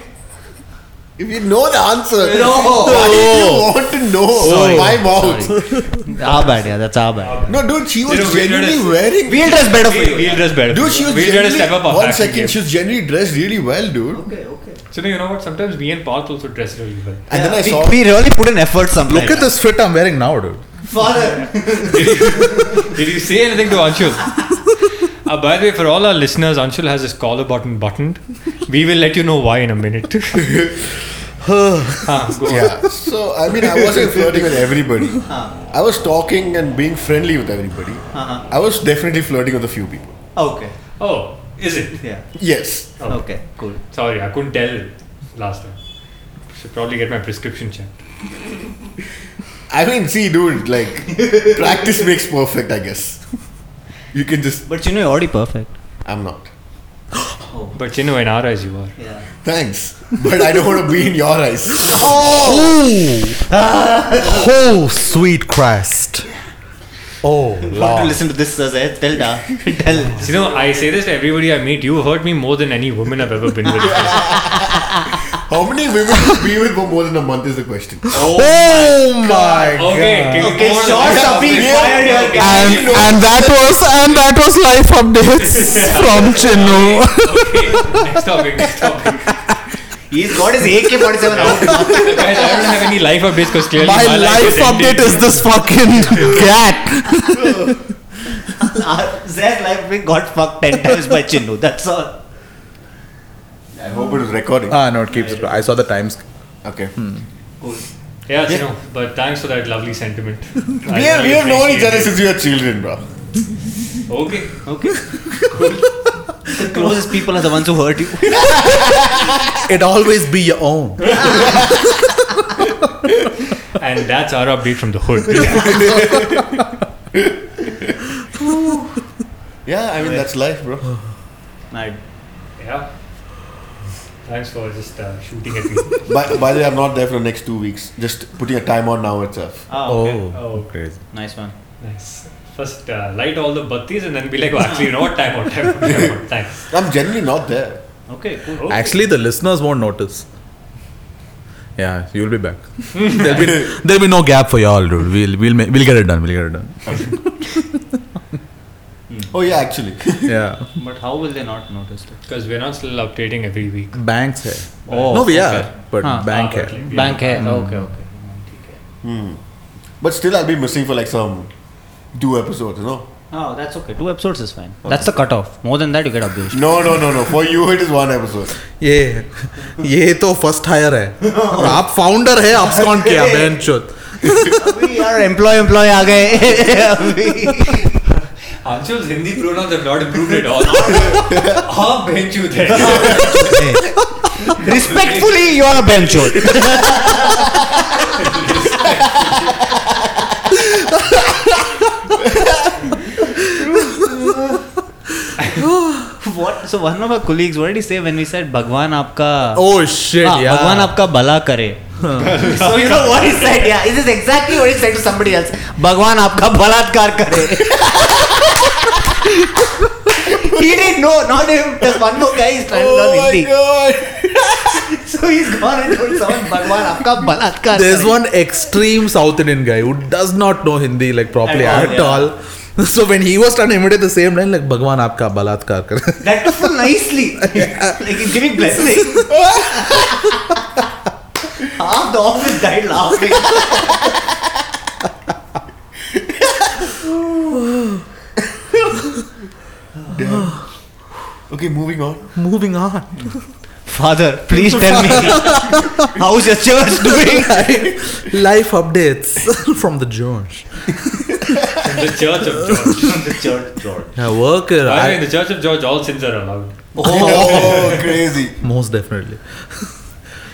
E: if you know the answer,
C: No.
E: why do you want to know
G: Sorry.
E: my mouth?
G: wearing.
C: Ah,
G: Our bad, yeah, that's our bad.
E: No, dude, she was
B: You know, we
E: genuinely
B: noticed-
E: wearing.
G: We'll dress better for
B: We'll,
G: you.
B: we'll dress better.
E: Dude, she was
B: we'll try to
E: genuinely.
B: step up our
E: One
B: fashion
E: second,
B: game.
E: she was genuinely dressed really well, dude.
C: Okay, okay.
B: So now you know what? Sometimes me and Parth also dress really well.
E: And then I saw.
G: We, we really put an effort sometimes.
A: Look at this fit I'm wearing now, dude.
C: Father,
B: Did you say anything to Anshul? Uh, by the way, for all our listeners, Anshul has his collar button buttoned. We will let you know why in a minute. Ah, go on.
E: Yeah. So I mean, I wasn't flirting with everybody. I was talking and being friendly with everybody.
C: Uh-huh.
E: I was definitely flirting with a few people.
C: okay,
B: Oh, is it?
C: yeah,
E: Yes.
B: Oh,
C: okay, cool.
B: Sorry, I couldn't tell last time. Should probably get my prescription checked.
E: I mean, see, dude, like practice makes perfect. I guess you can just.
G: But you know, you're already perfect.
E: I'm not.
B: But you know, in our eyes, you are.
C: Yeah.
E: Thanks, but I don't want to be in your eyes.
A: Oh, sweet Christ. Oh,
C: Want to
A: Lord.
C: listen to this, uh, Zaid? Tell da. Tell.
B: You know, I say this to everybody I meet. You hurt me more than any woman I've ever been with.
E: How many women do you be with for more than a month is the question.
A: Oh my
B: okay,
A: god.
B: can you
C: Okay,
B: go on?
C: short
E: Yeah,
C: up.
E: we-
C: Fire your
E: okay.
C: gun.
E: And- and
A: that was and that was life updates from Chinnu.
B: Okay, next topic, next topic.
C: He's got his AK 47 out.
B: Guys, I don't have any life updates because clearly
A: My life update
B: ending.
A: is this fucking cat.
C: Zaid's life we got fucked 10 times by Chinnu. That's all.
E: I hope it was recording.
A: Ah no, it keeps. I saw the times.
E: Okay.
C: Cool.
B: Yeah, you know, but thanks for that lovely sentiment. I
E: We have,
B: really
E: we have known
B: appreciate
E: each other
B: it.
E: since we were children, bro.
B: Okay.
G: The closest people are the ones who hurt you.
A: It always be your own.
B: And that's our update from the hood.
E: Yeah, I mean that's life, bro.
C: Mad.
B: yeah. Thanks for just uh, shooting at me.
E: by, by the way, I'm not there for the next two weeks. Just putting a time on now itself.
G: Ah,
C: Oh, okay.
A: Oh,
B: Oh,
A: crazy.
C: Nice one.
B: nice. First, uh, light all the battis and then be like, oh, actually, you know what? Time out, time out, time out. Thanks.
E: I'm generally not there.
C: Okay, cool.
B: Oh,
A: Actually, the listeners won't notice. Yeah, you'll be back. there'll be there'll be no gap for y'all, dude. We'll we'll ma- we'll get it done. We'll get it done.
E: Oh yeah, actually.
A: Yeah,
G: But how will they not notice it?
B: Because we're not still updating every week.
A: banks hai.
G: Oh,
A: no, we
G: okay.
A: are, but
G: Huh.
A: bank
B: Ah,
A: hai.
B: but like, we
G: Bank
B: are-
G: hair. Okay, okay.
E: Hmm. But still, I'll be missing for like some two episodes. You know?
C: Oh, that's okay.
G: Ah, Two episodes is fine. That's the cutoff. More than that, you get abused.
E: No, no, no, no. For you, it is one episode.
A: ये ये तो first higher है आप founder है आप कौन किया बहन
C: We are employee, employee, आ गए.
B: Anshul's Hindi pronouns have not improved at all. हाँ, bench you there.
G: Respectfully, you are a bench What? So one of our colleagues, what did he say when we said Bhagwan आपका
A: oh shit
C: हाँ,
G: Ah,
A: यार
G: भगवान आपका भला करे
C: So you know what he said? Yeah, this is exactly what he said to somebody else.
G: भगवान आपका बलात्कार करे
A: Oh
C: He didn't know, not him. There's one more guy he's trying to learn Hindi.
E: god!
C: so he's gone and told someone Balwan आपका
G: बलात्कार
A: There's one extreme South Indian guy who does not know Hindi like properly
C: At all,
A: at
C: yeah.
A: all. So when he was trying to imitate the same line, like Bhagwan aapka balatkar kar.
C: That was so nicely. like he's giving blessings. Half the office died laughing.
E: Okay, moving on.
A: Moving on.
G: father please tell me how's your church doing
A: Life updates from the George.
F: In the Church of George.
C: the church, George.
A: Yeah, worker.
F: By the way, in
A: I,
F: the Church of George, all sins are allowed.
E: Oh, crazy.
A: most definitely.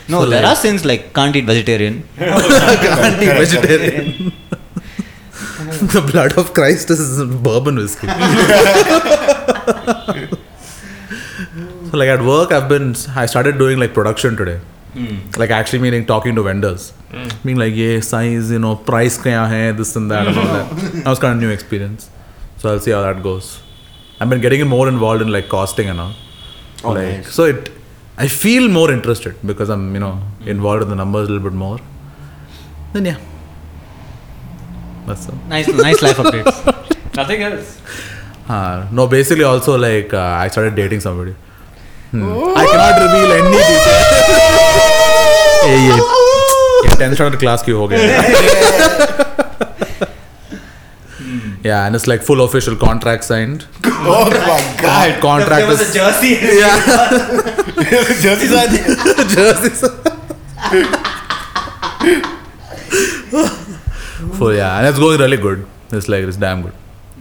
G: no
A: So
G: there
A: like-
G: are sins like can't eat vegetarian
A: Gandhi vegetarian. the blood of Christ is bourbon whiskey. so like at work, I've been I started doing like production today. Like actually meaning talking to vendors, being like, yeah, size, you know, price kya hai, this and that, and all that. That was kind of new experience. So I'll see how that goes. I've been getting more involved in like costing and all.
E: Oh,
A: like
E: nice.
A: so it, I feel more interested because I'm you know involved in the numbers a little bit more. Then yeah. That's all.
G: nice nice life updates
F: Nothing else.
A: Uh, no, basically also like uh, I started dating somebody. Hmm. I cannot reveal any details. hey, ye, ye 10th standard class ki ho gaya. yeah, and it's like full official contract signed.
E: Oh my god.
A: Con- contract
C: there was a
A: is
C: jersey.
A: yeah,
E: Jersey's on.
A: jerseys. full yeah, and it's going really good. It's like it's damn good.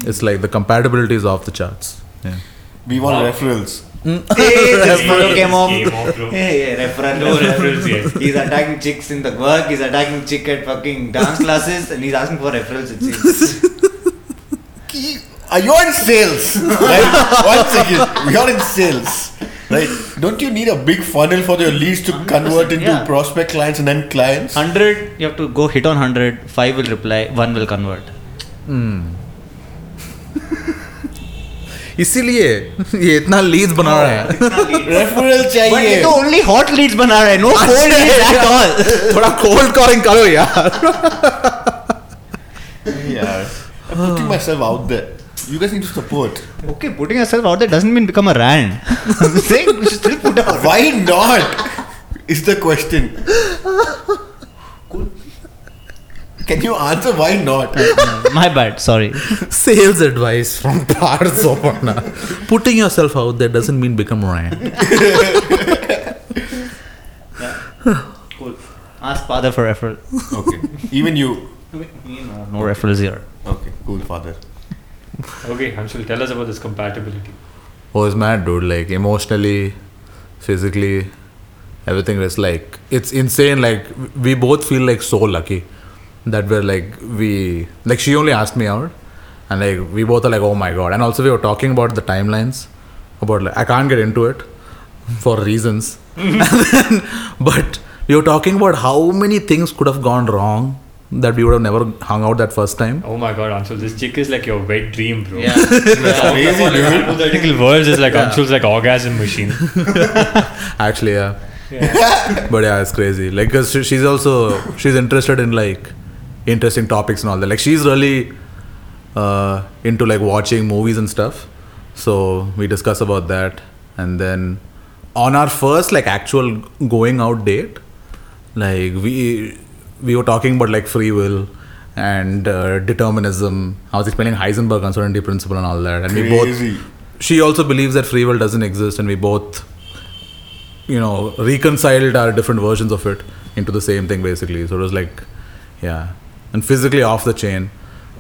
A: It's like the compatibility is off the charts. Yeah.
E: We want referrals.
C: Hey, this
F: Hey,
C: photo came off.
F: came off, bro.
C: Hey, yeah, referral.
F: No referrals yet.
C: He's attacking chicks in the work. He's attacking chick at fucking dance classes, and he's asking for referrals. It seems.
E: Are you on sales? Right? One second. You're in sales. Right? Don't you need a big funnel for your leads to convert into
G: yeah.
E: prospect clients and then clients?
G: 100 you have to go hit on 100 5 will reply 1 will convert
A: इसीलिए ये इतना Leeds बना रहा है
E: Referral
G: but ये तो
E: चाहिए.
G: only hot leads बना रहा है no cold leads at all
A: थोड़ा कोल्ड कॉलिंग करो यार
E: Yeah. I'm putting myself out there. You guys need to support.
G: okay putting yourself out there doesn't mean become a rant I'm saying you should still put out
E: Why not? Is the question. Can you answer why not?
G: my bad sorry
A: sales advice from पार सोपाना putting yourself out that doesn't mean become rand
G: ask father for referral Uh,
E: Okay. Even you.
G: no referrals here
E: Okay. Cool, father.
F: Okay, Hanshul, tell us about this compatibility.
A: Was mad dude like emotionally physically everything is like it's insane like we both feel like so lucky that we're like we like she only asked me out and like we both are like oh my god and also we were talking about the timelines about like i can't get into it for reasons And then- but we were talking about how many things could have gone wrong that we would have never hung out that first time
F: Oh my god, Anshul, this chick is like your wet dream, bro.
G: Yeah.
E: Crazy,
F: All your
E: dude.
F: hypothetical words is like Anshul's like orgasm machine.
A: actually yeah, but yeah it's crazy like because she, she's also she's interested in like interesting topics and all that like she's really uh, into like watching movies and stuff so we discuss about that and then on our first like actual going out date like we we were talking about like free will and uh, determinism i was explaining heisenberg uncertainty principle and all that and we
E: Crazy.
A: both she also believes that free will doesn't exist and we both you know reconciled our different versions of it into the same thing basically so it was like yeah and physically off the chain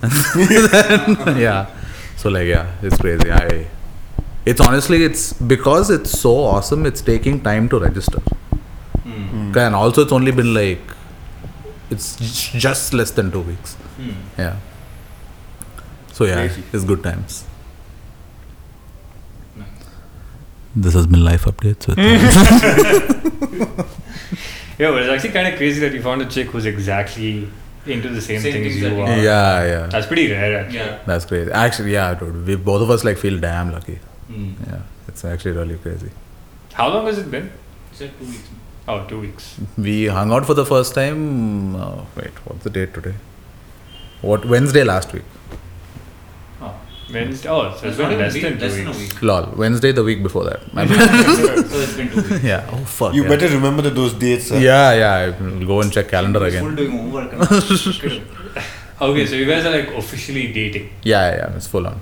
A: yeah so like yeah it's crazy i it's honestly it's because it's so awesome it's taking time to register Okay, and also it's only been like it's j- just less than two weeks yeah so yeah
E: Crazy.
A: it's good times this has been life updates with
F: Yeah, but it's actually kind of crazy that you found a chick who's exactly into the same,
C: Same
F: thing as
C: things
F: you
C: that
F: are.
C: we-
A: yeah yeah
F: That's pretty rare, actually.
A: That's crazy. Actually, yeah, dude. We both of us like feel damn lucky.
C: Mm.
A: Yeah, it's actually really crazy.
F: How long has it been?
C: It's like two weeks.
B: Oh, two weeks.
A: We hung out for the first time. Uh, wait, what's the date today? What Wednesday last week?
B: Oh, Wednesday. Oh, so it's
C: not
B: been
C: even
B: less
C: week,
B: than two
C: less
B: weeks.
C: than a week.
A: Lol, Wednesday the week before that. My bad.
C: So it's been two weeks.
A: yeah. Oh fuck.
E: You
A: yeah.
E: better remember that those dates. Sir.
A: Yeah, yeah. I'll go and check calendar
C: He's
A: again.
C: full doing homework. and-
B: Okay, so you guys are like officially dating.
A: Yeah, yeah. yeah, It's full on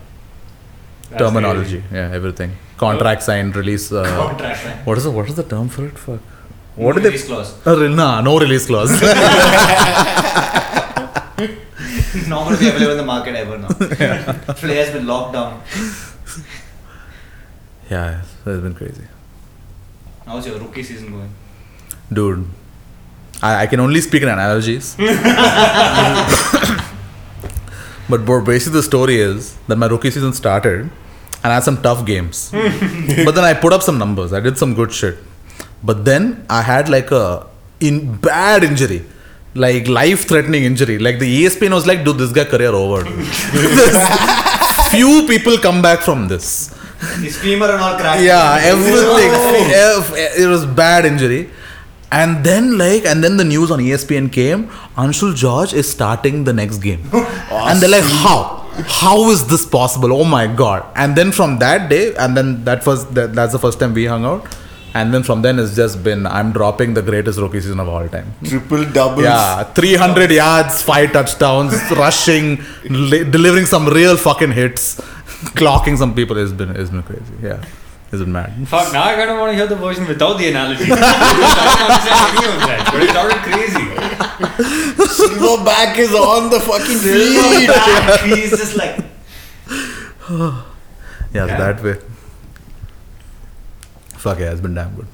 B: That's
A: terminology. Yeah, everything. Contract signed, release. Uh,
C: Contract, man.
A: what is the what is the term for it? Fuck. What
C: No
A: did they?
C: release clause.
A: Uh, re- nah, no release clause.
C: Not going to be available in the market ever now. Play has been locked down.
A: yeah, it's been crazy.
C: How's your rookie season going?
A: Dude, I, I can only speak in analogies. but bro, basically, the story is that my rookie season started and I had some tough games. but then I put up some numbers, I did some good shit. But then I had like a in bad injury. Like life threatening injury. Like the E ESPN was like, dude, this guy career over. dude." Few people come back from this.
C: His femur and all cracked.
A: Yeah, everything. Ev- e, It was bad injury. And then like and then the news on E ESPN came, Anshul George is starting the next game. And they're like, How? How is this possible? Oh my god. And then from that day, and then that was that, that's the first time we hung out. And then from then it's just been I'm dropping the greatest rookie season of all time.
E: Triple doubles.
A: Yeah, 300 yards, five touchdowns, rushing, li- delivering some real fucking hits, clocking some people. It's been it's been crazy. Yeah, it's been mad.
B: Fuck, now I kind of want to hear the version without the analogy. I don't understand any of that, but it sounded crazy.
E: Silverback is on the fucking field.
C: He's just like,
A: Yeah, so that way. Fuck yeah, it's been damn good.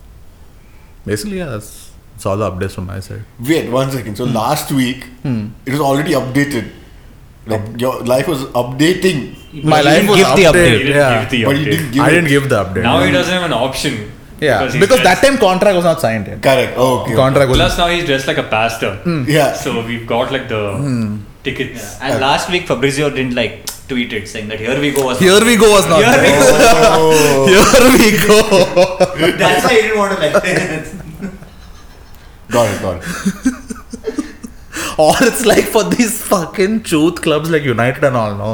A: Basically, yeah, that's, that's all the updates from my side.
E: Wait one second.
A: Hmm.
E: So last week it was already updated. Like
A: Oh.
E: your life was updating,
A: my life was
G: give the
B: He
A: updated.
B: didn't
A: Yeah,
B: give the
E: but
B: update.
E: you didn't give.
A: I
E: it.
A: didn't give the update.
B: now he doesn't have an option.
A: yeah,
B: he's
A: because that
B: dressed-
A: time contract was not signed yet.
E: Correct. Oh, okay.
A: Contract was Hmm.
B: Plus now he's dressed like a pastor.
E: Yeah.
B: So we've got like the tickets.
C: and last week Fabrizio didn't like tweet it saying that here we go was.
A: here we go was not
C: Here we
A: there.
E: Oh.
A: Here we go.
C: That's why he didn't want to like.
E: Got it. Got it.
A: or it's like for these fucking truth clubs like United and all. No,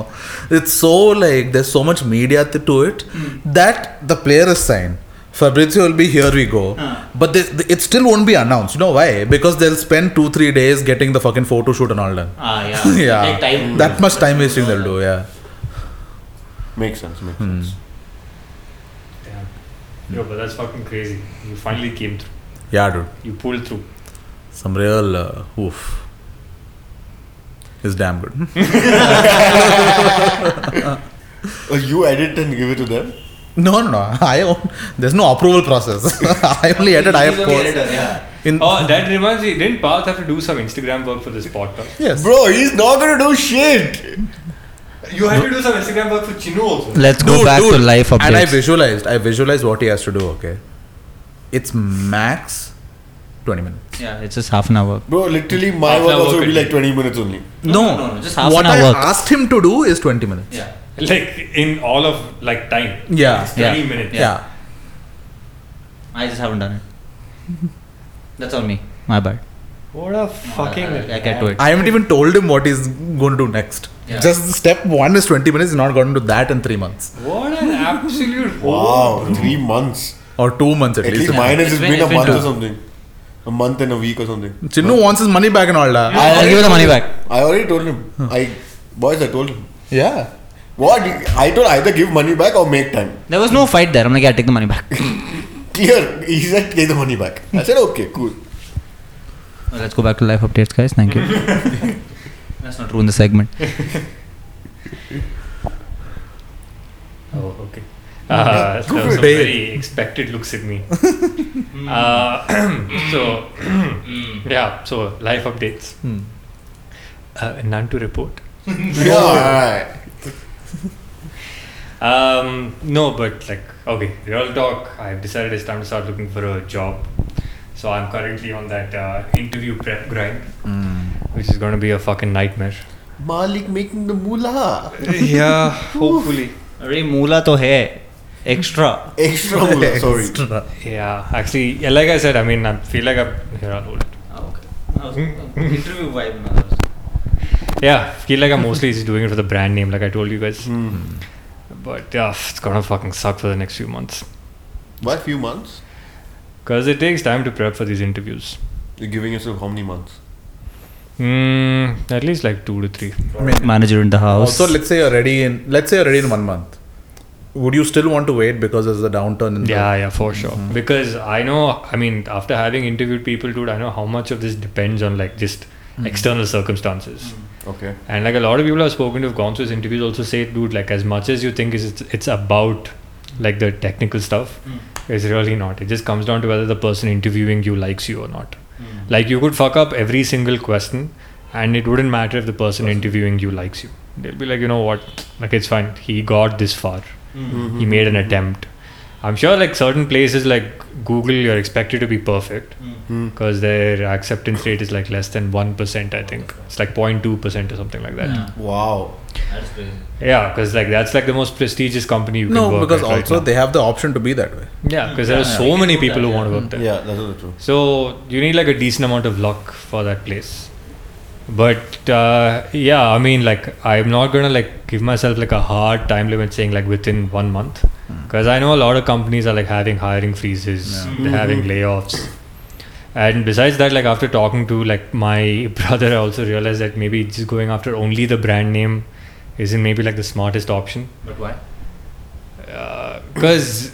A: it's so like there's so much media th- to it that the player is signed. Fabrizio will be here. We go, but they, they- it still won't be announced. You know why? Because they'll spend two three days getting the fucking photo shoot and all done.
C: ah yeah.
A: yeah,
C: Take time.
A: that much time wasting they'll do. Yeah,
E: Makes sense. Makes
A: Hmm.
E: sense.
B: Yo, but that's fucking crazy. You finally came through.
A: yeah, dude,
B: You pulled through.
A: some real uh, oof. It's damn good.
E: Oh, you edit and give it to them.
A: No, no, no. I own, there's no approval process. I only edit. I
C: He's
A: have
C: only
A: post.
C: editor, yeah.
A: In
B: Oh, that reminds me. Didn't Parth have to do some Instagram work for this podcast?
A: yes.
E: Bro, he's not gonna do shit.
B: You had to do some Instagram work for Chinu also.
G: Let's go
A: Dude,
G: back to
A: dude.
G: life updates.
A: And I visualized. I visualized what he has to do. Okay, it's max twenty minutes.
C: Yeah, it's
G: it's just half an hour.
E: Bro, literally my
B: Half an
E: work
B: hour
E: also will be
B: work a
E: like 20 minutes only.
C: No, no, no, no, just half
G: what
C: an
A: I
G: I work.
A: asked him to do is twenty minutes.
C: yeah.
B: Like in all of like time.
A: Yeah,
B: It's 20
A: yeah,
B: minutes.
A: Yeah.
C: I just haven't done it. That's on me.
G: My bad.
B: What a fucking.
C: I- I can do it.
A: I haven't even told him what he's going to do next.
C: Yeah.
A: Just step one is twenty minutes. He's not going to do that in three months
B: What an absolute.
E: Wow, three months.
A: or two months at,
E: At
A: least.
E: least mine has
C: It's
E: just
C: been-
E: been a
C: it's been
E: month or
C: two.
E: something. A month and a week or something.
A: Chinnu wants his money back and all that.
G: I'll give you the money back.
E: I already told him. I boys, I told him.
A: Yeah.
E: What? I told either give money back or make time.
G: There was no fight there. I'm like, yeah, take the money back.
E: Clear. He said give the money back. I said okay, cool.
G: Let's go back to life updates, guys. Thank you.
C: That's not true.
G: Ruin the segment.
B: Oh, okay. Uh, so some
A: Hey.
B: very expected looks at me. uh, so, yeah, so life updates. Uh, none to report.
E: Yeah.
B: Um, no, but like, okay, real talk. I've decided it's time to start looking for a job. So I'm currently on that uh, interview prep grind, which is going to be a fucking nightmare.
E: Malik making the moolah.
B: yeah, hopefully.
C: अरे moolah तो है
G: Extra.
E: Extra moolah, sorry.
B: Yeah, actually, yeah, like I said, I mean, I feel like I'm here all old.
C: Oh, okay. I was- Interview vibe. man. I was-
B: Yeah, feel like I'm mostly just doing it for the brand name, like I told you guys. But yeah, it's gonna fucking suck for the next few months
E: Why few months?
B: because it takes time to prep for these interviews.
E: You're giving yourself how many months?
B: Mm, at least like two to three.
A: I mean,
G: Manager in the house.
A: also, let's say you're ready in let's say you're ready in one month. Would you still want to wait because there's a downturn in
B: Yeah, yeah, for sure. Because I know, I mean, after having interviewed people, dude, I know how much of this depends on like just external circumstances.
E: Okay.
B: And like a lot of people I've spoken to have gone through these interviews also say, dude, like as much as you think is it's, it's about like the technical stuff, it's really not. It just comes down to whether the person interviewing you likes you or not.
G: Hmm.
B: Like you could fuck up every single question, and it wouldn't matter if the person interviewing you likes you. They'll be like, you know what, like it's fine. He got this far.
G: Hmm.
B: He
E: Hmm.
B: made an attempt. I'm sure like certain places like Google, you're expected to be perfect
A: Hmm.
B: because their acceptance rate is like less than 1% i think it's like 0.2% or something like that yeah
E: Wow.
C: That's crazy.
B: because like that's like the most prestigious company you can
A: No,
B: work
A: because
B: at
A: also
B: right
A: they have the option to be that way.
B: now. yeah because there are so many people who want to work there
E: Yeah, that's also true.
B: so you need like a decent amount of luck for that place but uh, yeah i mean like i'm not gonna like give myself like a hard time limit saying like within one month because i know a lot of companies are like having hiring freezes they're having layoffs and besides that like after talking to like my brother i also realized that maybe just going after only the brand name isn't maybe like the smartest option
C: But why?
B: because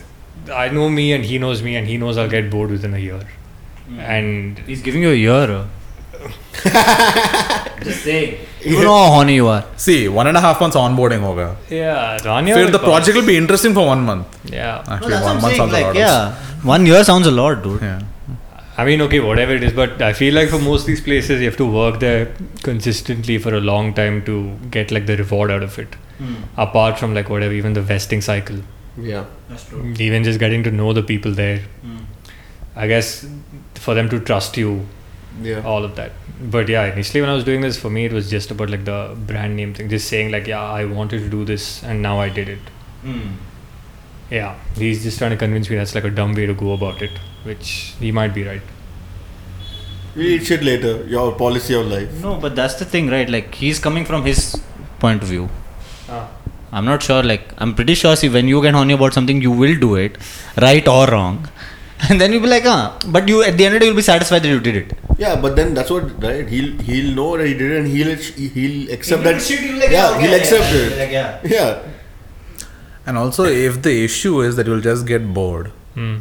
B: i know me and he knows me and he knows i'll get bored within a year and
F: He's giving you a year.
C: Just saying.
G: You know how horny you are.
A: See, one and a half months onboarding hoga.
B: Yeah, Rania.
A: Fir
B: will
A: the
B: pass.
A: project will be interesting for one month.
B: Yeah,
A: Actually,
C: that's what
A: one
C: I'm
A: month
C: saying,
A: sounds
C: like,
A: a lot. also.
G: Yeah. One year sounds a lot, dude.
A: Yeah.
B: I mean, okay, whatever it is, but I feel like for most of these places, you have to work there consistently for a long time to get like the reward out of it.
G: Hmm.
B: Apart from like whatever, even the vesting cycle,
E: Yeah.
C: That's true.
B: even just getting to know the people there.
A: Hmm.
B: I guess for them to trust you,
E: Yeah.
B: all of that. But yeah, initially when I was doing this, for me it was just about like the brand name thing, just saying like, yeah, I wanted to do this and now I did it.
G: Hmm.
C: Mm.
B: Yeah, he's just trying to convince me that's like a dumb way to go about it, which he might be right.
E: We'll eat shit later. Your policy of life.
G: No, but that's the thing, right? Like he's coming from his point of view.
A: Ah.
G: I'm not sure. Like I'm pretty sure. See, when you get horny about something, you will do it, right or wrong, and then you'll be like, ah. But you at the end of the day, you'll be satisfied that you did it.
E: Yeah, but then that's what right. He'll he'll know that he did it and he'll he'll accept
C: If you
E: that.
C: shit, you'll like, "Ah,
E: yeah,
C: okay,
E: he'll accept
C: yeah,
E: it.
C: Like, yeah.
E: yeah.
A: And also, if the issue is that you'll just get bored,
B: Hmm.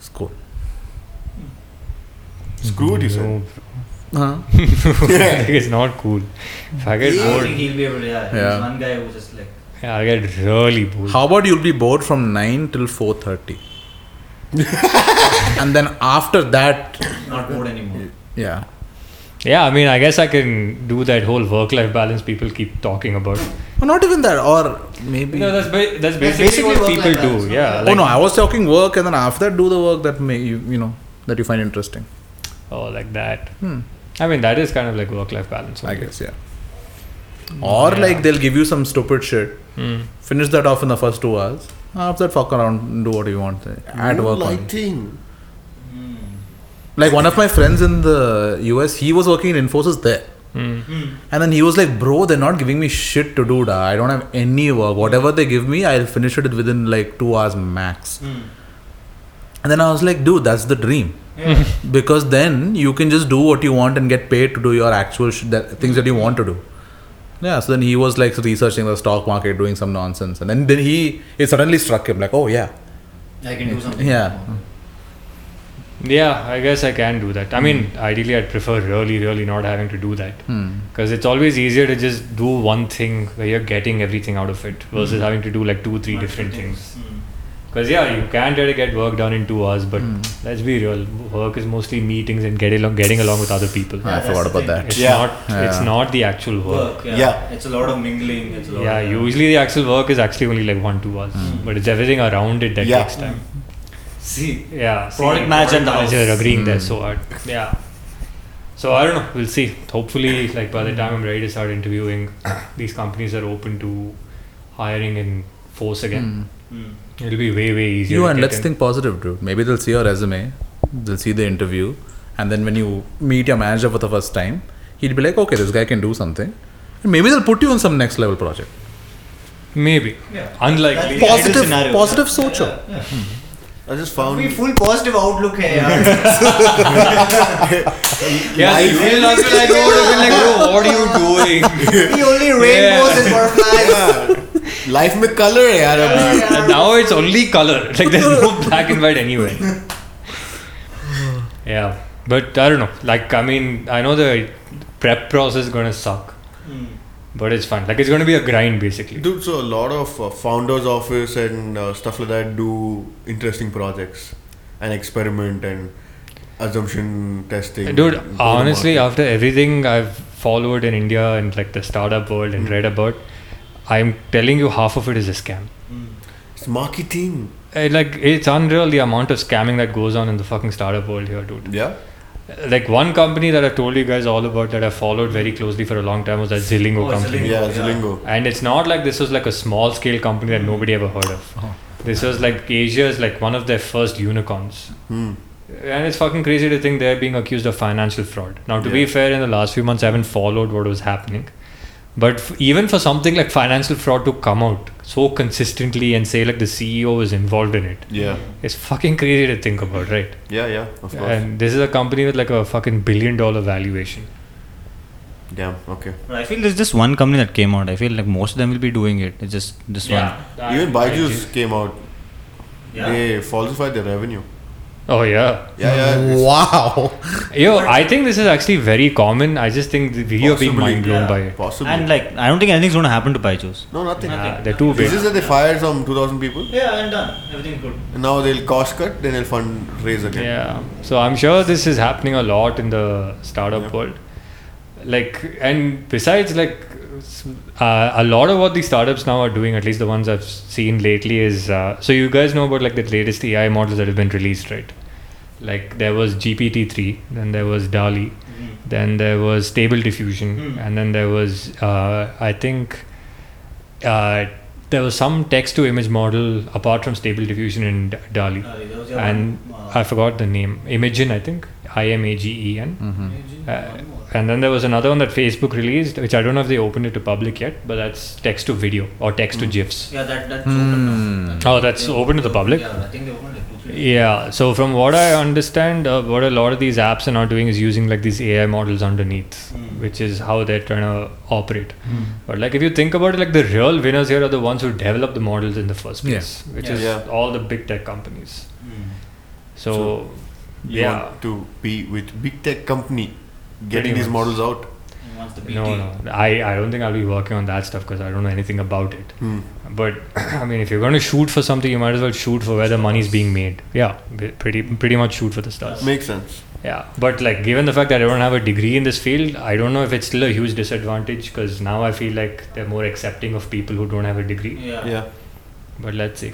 A: it's cool.
E: Screw it, you said.
B: No,
A: Huh?
B: I think it's not cool. If I get
C: I don't
B: bored,
C: think he'll be able to. Yeah.
A: Yeah.
C: There's one guy who just like.
B: yeah, I get really bored.
A: How about you'll be bored from nine till four thirty, and then after that,
C: Not bored anymore.
A: yeah,
B: Yeah, I mean, I guess I can do that whole work-life balance people keep talking about.
A: or not even that, or maybe.
B: No, that's ba- that's basically,
C: basically
B: what
C: work-life
B: people
C: balance,
B: do.
C: no?
B: Yeah.
A: oh
B: Like,
A: no, I was talking work, and then after that do the work that may you you know that you find interesting.
B: Oh, like that.
A: Hmm.
B: I mean, that is kind of like work-life balance.
A: I
B: only.
A: guess yeah. Or
B: Yeah.
A: like they'll give you some stupid shit.
B: Hmm.
A: Finish that off in the first two hours. After that, fuck around and do what you want. eh, At
E: You
A: work, only.
E: lighting.
A: like one of my friends in the US, he was working in Infosys there.
B: Hmm.
A: And then he was like, bro, they're not giving me shit to do. Da. I don't have any work. Whatever they give me, I'll finish it within like two hours max.
C: Hmm.
A: And then I was like, dude, that's the dream. because then you can just do what you want and get paid to do your actual sh- that, things that you want to do. Yeah, so then he was like researching the stock market, doing some nonsense. And then, then he, it suddenly struck him like, oh yeah,
C: I can do something.
A: yeah.
B: Yeah, I guess I can do that. I mean, ideally, I'd prefer really, really not having to do that.
A: Hmm.
B: Because it's always easier to just do one thing where you're getting everything out of it versus having to do like two, three different things.
C: mm,
B: Because, yeah, you can try to get work done in two hours, but
A: Hmm.
B: let's be real, work is mostly meetings and get along, getting along with other people.
A: I
C: that's
A: forgot
C: the
A: about
C: thing.
A: that.
B: It's,
E: Yeah.
B: Not, it's
A: Yeah.
B: not the actual work.
C: Work. Yeah.
E: Yeah.
C: It's a lot of mingling. It's a lot.
B: Yeah,
C: of,
B: usually the actual work is actually only like one, two hours,
A: Hmm.
B: but it's everything around it that
E: Yeah.
B: takes time.
C: See.
B: Yeah,
C: Hmm. Product
B: see,
C: manager
B: product
C: in the house.
B: manager agreeing there
A: Hmm.
B: so hard. Yeah. So I don't know. We'll see. Hopefully, like
A: Hmm.
B: by the time I'm ready to start interviewing, these companies are open to hiring in force again.
C: Hmm.
B: It'll be way way easier.
A: Hmm. you
B: to
A: and
B: get
A: let's
B: in.
A: think positive, dude. Maybe they'll see your resume, they'll see the interview, and then when you meet your manager for the first time, he'll be like, okay, this guy can do something. And maybe they'll put you on some next level project.
B: Maybe.
C: Yeah.
B: Unlikely.
C: That's the
A: Positive,
G: scenario.
A: positive socho.
E: I just
C: We
E: found
C: full positive outlook है यार
F: Yeah, you will not be like, oh, they'll be like, bro, what are you doing?
C: we only rainbows and butterflies
E: life में color है यार अब
F: And now it's only color. Like there's no black and white anywhere. yeah, but I don't know. Like I mean, I know the prep process is gonna suck, but it's fun. Like it's gonna be a grind basically.
E: Dude, so a lot of uh, founders' office and uh, stuff like that do interesting projects and experiment and assumption testing.
B: Dude,
E: and go to
B: honestly,
E: market.
B: after everything I've followed in India and like the startup world
F: Hmm.
B: and read about, I'm telling you, half of it is a scam.
E: it's marketing.
B: Eh, like it's unreal the amount of scamming that goes on in the fucking startup world here, dude.
E: Yeah,
B: Like one company that I told you guys all about that I followed very closely for a long time was that Zilingo
C: Oh,
B: company.
C: Lingo,
E: yeah,
C: yeah.
E: it's a lingo.
B: And it's not like this was like a small scale company that nobody ever heard of. This was like Asia's like one of their first unicorns.
E: Hmm.
B: And it's fucking crazy to think they're being accused of financial fraud. Now, to be fair, in the last few months, I haven't followed what was happening. But f- even for something like financial fraud to come out so consistently and say like the CEO was involved in it,
E: Yeah,
B: it's fucking crazy to think about, right?
E: yeah, yeah. Of course.
B: And this is a company with like a fucking billion dollar valuation.
E: Damn. Okay.
G: I feel there's just one company that came out. I feel like most of them will be doing it. It's just this one.
E: Even Byju's came out.
C: Yeah.
E: They falsified their revenue.
B: Oh, yeah.
E: Yeah, yeah. it's-
A: Wow.
B: Yo, I think this is actually very common. I just think that we are being
E: Possibly,
B: mind blown
C: yeah.
B: by it.
E: Possibly.
G: And like, I don't think anything's gonna happen to Baiju's.
E: no, nothing.
B: Yeah, they're too
E: It's
B: big.
E: just that they fired some 2,000 people.
C: yeah and done everything good
E: And now they'll cost cut, then they'll fundraise again.
B: Yeah. So I'm sure this is happening a lot in the startup
E: Yeah.
B: world. Like, and besides, like, s- uh, a lot of what the startups now are doing, at least the ones I've seen lately, is uh, so you guys know about like the latest AI models that have been released, right? Like there was GPT three, then there was DALI,
C: Mm-hmm.
B: then there was Stable Diffusion,
C: Mm.
B: and then there was uh, I think uh, there was some text to image model apart from Stable Diffusion and D- DALI
C: Uh, that was your
B: and uh,
C: one,
B: I forgot the name. Imagen, I think. I M A G E N.
A: Mhm.
B: Uh, And then there was another one that Facebook released, which I don't know if they opened it to public yet, but that's text to video or text to GIFs.
C: yeah that that's
A: Hmm.
C: open now.
B: Oh, that's
C: They
B: open to the public?
C: Hmm. yeah I think they opened like two three
B: Yeah. So from what I understand, uh, what a lot of these apps are now doing is using like these AI models underneath,
C: Mm.
B: which is how they're trying to operate. But like if you think about it, like the real winners here are the ones who develop the models in the first
A: Yeah.
B: place, which
C: Yeah.
B: is
E: Yeah.
B: all the big tech companies.
C: Hmm.
B: So,
E: So, You
B: yeah.
E: want to be with big tech company
B: Pretty
E: getting these
B: much.
E: models out.
C: And once the BT
B: No, no. I, I don't think I'll be working on that stuff because I don't know anything about it.
E: Hmm.
B: But I mean, if you're going to shoot for something, you might as well shoot for where the money's being made. Yeah, b- pretty pretty much shoot for the stars.
E: Makes sense.
B: Yeah, but like given the fact that I don't have a degree in this field, I don't know if it's still a huge disadvantage because now I feel like they're more accepting of people who don't have a degree.
C: yeah
E: Yeah.
B: But let's see.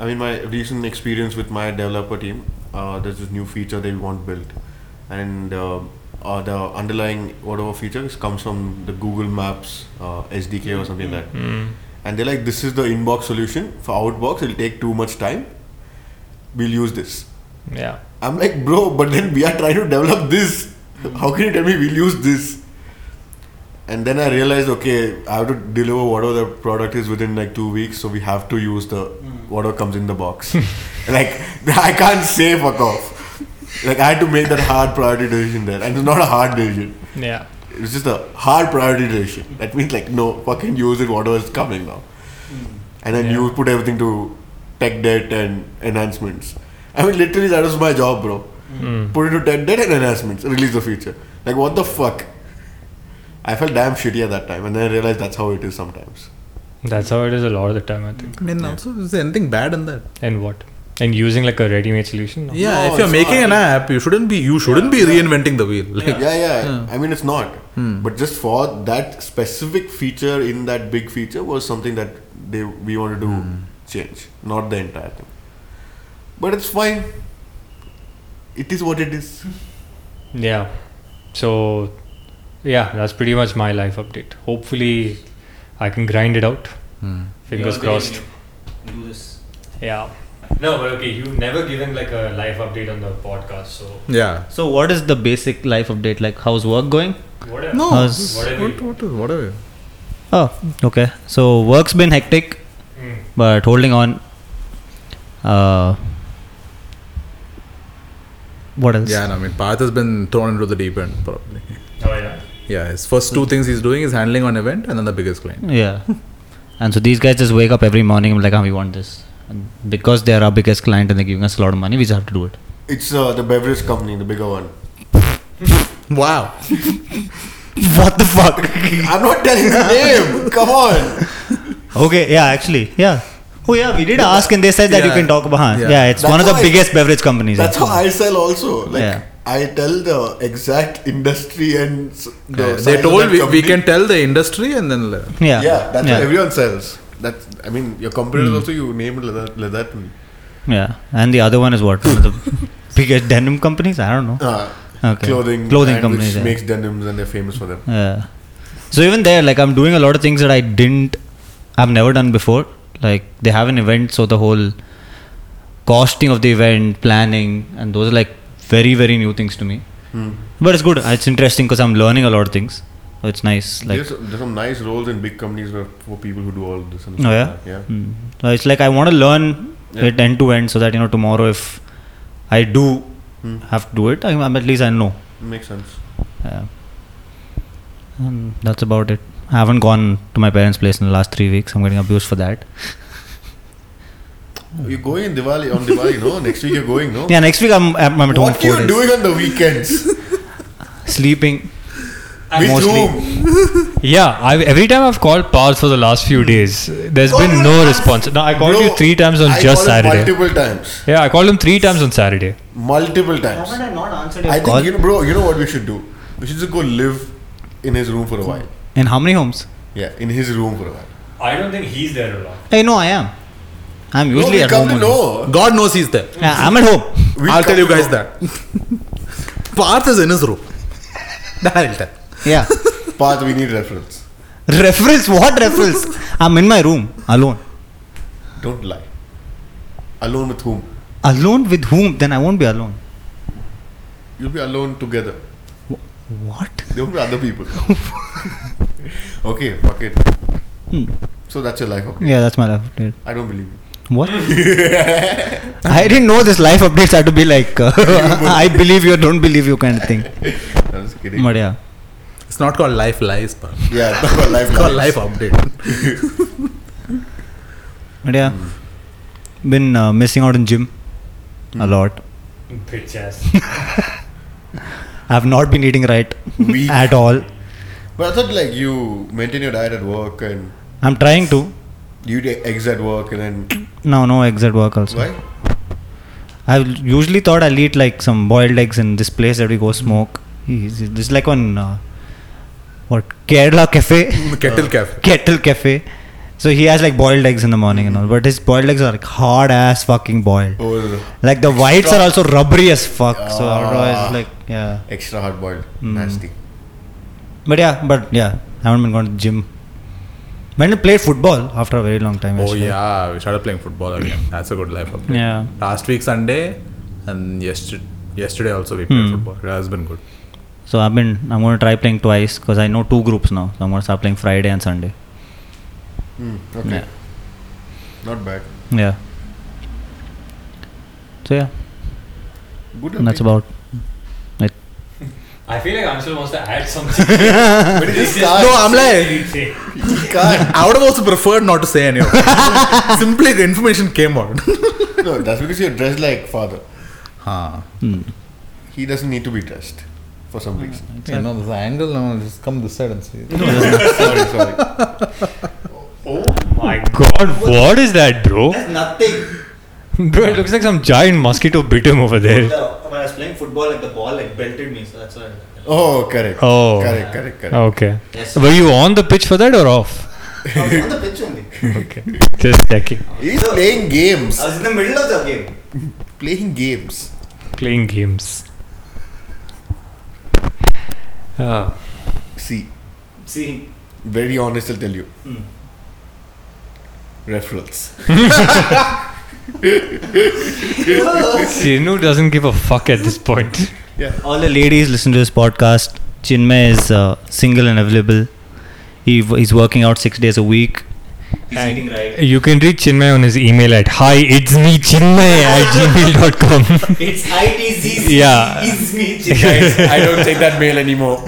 E: I mean, my recent experience with my developer team, uh, there's this new feature they want built, and uh, uh, the underlying whatever feature is- comes from the Google Maps uh, SDK or something like that.
B: Mm.
E: And they're like, this is the inbox solution for outbox. It'll take too much time. We'll use this.
B: Yeah.
E: I'm like, bro, but then we are trying to develop this. How can you tell me we'll use this? And then I realized, okay, I have to deliver whatever the product is within like two weeks, so we have to use the whatever comes in the box. like I can't say fuck off. Like I had to make that hard priority decision there, and it's not a hard decision.
B: Yeah.
E: It's just a hard priority decision. That means like no, fucking use it whatever is coming now. And then you put everything to tech debt and enhancements. I mean literally that was my job, bro. Put it to tech debt and enhancements, release the feature. Like what the fuck? I felt damn shitty at that time and then I realized that's how it is sometimes.
B: That's how it is a lot of the time, I think.
A: I mean, also, is there anything bad in that?
B: And what? And using like a ready made solution? No.
A: Yeah,
E: No,
A: if you're
E: it's
A: making an
E: not.
A: app, you shouldn't be you shouldn't be reinventing the wheel. Like,
E: Yeah, yeah. I mean it's not.
A: Hmm.
E: But just for that specific feature in that big feature was something that they we wanted to
A: Hmm.
E: change, not the entire thing. But it's fine. It is what it is.
B: Yeah. So, yeah, that's pretty much my life update. Hopefully, I can grind it out.
A: Hmm.
B: Fingers
C: Yeah, they
B: crossed.
C: do this
B: Yeah. No, but okay, you've never given like a life update on the podcast, so
A: Yeah.
C: So, what is the basic life update? Like, how's work going?
B: whatever.
E: Oh,
A: No.
C: How's-
A: What, what, what, what are we?
C: Oh, okay. So, work's been hectic,
B: Mm.
C: but holding on. Uh, what else?
A: Yeah, no, I mean, Parth has been thrown into the deep end, probably.
B: Oh yeah.
A: Yeah, his first
E: Hmm.
A: two things he's doing is handling on event and then the biggest client.
C: Yeah. and so these guys just wake up every morning and like, oh, we want this. And because they are our biggest client and they're giving us a lot of money, we just have to do it.
E: It's uh, the beverage company, the bigger one.
A: Wow.
C: What the fuck?
E: I'm not telling the name. Come on.
C: okay, yeah, actually, yeah. Oh, yeah, we did ask and they said that you
A: Yeah.
C: can talk about huh?
A: Yeah.
C: yeah. it's
E: That's
C: one of the
E: how I-
C: biggest beverage companies.
E: That's how
C: actually.
E: I sell also. Like
C: Yeah.
E: I tell the exact industry and s- the
A: Yeah,
E: size
A: they
E: of
A: told
E: that
A: we, we
E: company.
A: can tell the industry and then. le-
C: Yeah.
E: Yeah, that's
C: yeah.
E: what everyone sells. That's I mean your competitors
A: Hmm.
E: also you name it like that. Like that.
C: yeah. And the other one is what? One of the biggest denim companies? I don't know.
E: Uh,
C: Okay.
E: Clothing,
C: Clothing
E: and
C: companies.
E: which
C: yeah.
E: makes denims and they're famous for them.
C: Yeah. So even there, like I'm doing a lot of things that I didn't, I've never done before. Like they have an event, so the whole costing of the event, planning, and those are like very very new things to me. But it's good. It's interesting because I'm learning a lot of things. So it's nice. Like
E: there's, there's some nice roles in big companies where for people who do all this and
C: Oh,
E: stuff
C: yeah?
E: like that, yeah.
C: Mm. So it's like I want to learn
E: Yeah.
C: it end to end so that you know tomorrow if I do
E: Hmm.
C: have to do it, I, I'm at least I know.
E: Makes sense.
C: Yeah. Um, that's about it. I haven't gone to my parents' place in the last three weeks. I'm getting abused for that.
E: You're going in Diwali on Diwali, no? Next week you're going, no?
C: Yeah, next week I'm, I'm I'm at home
E: what
C: for
E: you
C: four days.
E: doing on the weekends?
C: Sleeping.
E: With
C: Mostly.
E: whom?
B: Yeah, I, every time I've called Pars for the last few days, there's
E: Call
B: been
E: him
B: no
E: once.
B: response. No, I called
E: Bro,
B: you three times on
E: I
B: just
E: called him
B: Saturday.
E: Multiple times.
B: Yeah, I called him three times on Saturday.
E: Multiple times.
C: I not answered
E: I
C: call?
E: think you know, bro. You know what we should do? We should just go live in his room for a while.
C: In how many homes?
E: Yeah, in his room for a while.
B: I don't think he's there a lot.
C: Hey, no, I am. I'm
E: No,
C: usually
E: we
C: at
E: come
C: home.
E: to
C: only.
E: know.
A: God knows he's there.
C: Yeah, I'm at home. Uh,
E: We
A: I'll
E: come
A: tell you
E: to
A: guys
E: know.
A: that. Parth is in his room. That I'll tell.
C: Yeah.
E: Path, we need reference.
C: reference? What reference? I'm in my room alone.
E: Don't lie. Alone with whom?
C: Alone with whom? Then I won't be alone.
E: You'll be alone together.
C: What?
E: There will be other people. okay, fuck it.
A: Hmm.
E: So that's your life. Okay.
C: Yeah, that's my life update.
E: I don't believe you.
C: What? I didn't know this life updates had to be like uh, I believe you, or don't believe you kind of thing.
E: I'm just kidding.
C: But yeah.
A: It's not called life lies, Parth.
E: yeah, that's what life.
A: It's called life
E: lies.
A: update.
C: But yeah,
E: Hmm.
C: been uh, missing out on gym a lot.
B: Bitch
C: I've not been eating right
E: Weak.
C: at all.
E: But I thought like you maintain your diet at work and
C: I'm trying to.
E: you do eggs at work and then
C: No, no eggs at work also.
E: why?
C: I usually thought I'll eat like some boiled eggs in this place that we go smoke. This is like on uh, what Kerala cafe,
A: Kettle cafe.
C: Kettle Cafe. So he has like boiled eggs in the morning and all, but his boiled eggs are like hard ass fucking boiled.
E: Or
C: Like the whites are also rubbery as fuck. So
E: Ah.
C: otherwise, like yeah.
E: extra hard boiled,
A: Hmm.
C: Mm.
E: nasty.
C: But yeah, but yeah, I haven't been going to the gym. Went and played football after a very long time.
A: Oh,
C: actually.
A: yeah. We started playing football again. That's a good life update.
C: Yeah.
A: Last week, Sunday, and yesterday, yesterday also we played
C: Hmm.
A: football. It has been good.
C: So I've been I'm going to try playing twice because I know two groups now. So I'm going to start playing Friday and Sunday.
E: Mm, okay.
C: Yeah.
E: Not bad.
C: Yeah. So yeah,
E: Good.
C: that's about.
B: I feel like Anshul wants to add something.
E: But it just
A: No,
E: starts.
A: I'm like,
E: You can't.
A: I would have also preferred not to say any of it. Simply the information came out.
E: No, that's because you're dressed like father.
A: huh.
C: Hmm.
E: He doesn't need to be dressed for some reason.
A: You know, this Hmm. angle, no, just come this side and see.
E: sorry, sorry.
B: oh my god, what is that, bro?
H: That's nothing.
B: Bro, it looks like some giant mosquito bit him over there.
H: The, when I was playing football, like the ball like belted me, so that's why.
E: Oh, correct.
B: Oh.
E: Correct, correct, correct.
B: Okay.
H: Yes.
B: Were you on the pitch for that or off?
H: I was on the pitch only.
B: Okay. Just checking.
E: He's playing games.
H: I was in the middle of the game.
E: Playing games.
B: Playing games. Uh,
E: See,
H: See,
E: very Hmm. honest, I'll tell you.
H: Hmm.
E: Referrals.
B: Sinu doesn't give a fuck at this point.
G: All the ladies listen to this podcast. Chinmay is uh, single and available. He, he's working out six days a week.
C: He's eating right.
B: You can reach Chinmay on his email at hi it's me Chinmay at gmail.com.
C: It's ITZC.
B: Yeah.
C: It's me,
E: Guys, I don't take that mail anymore.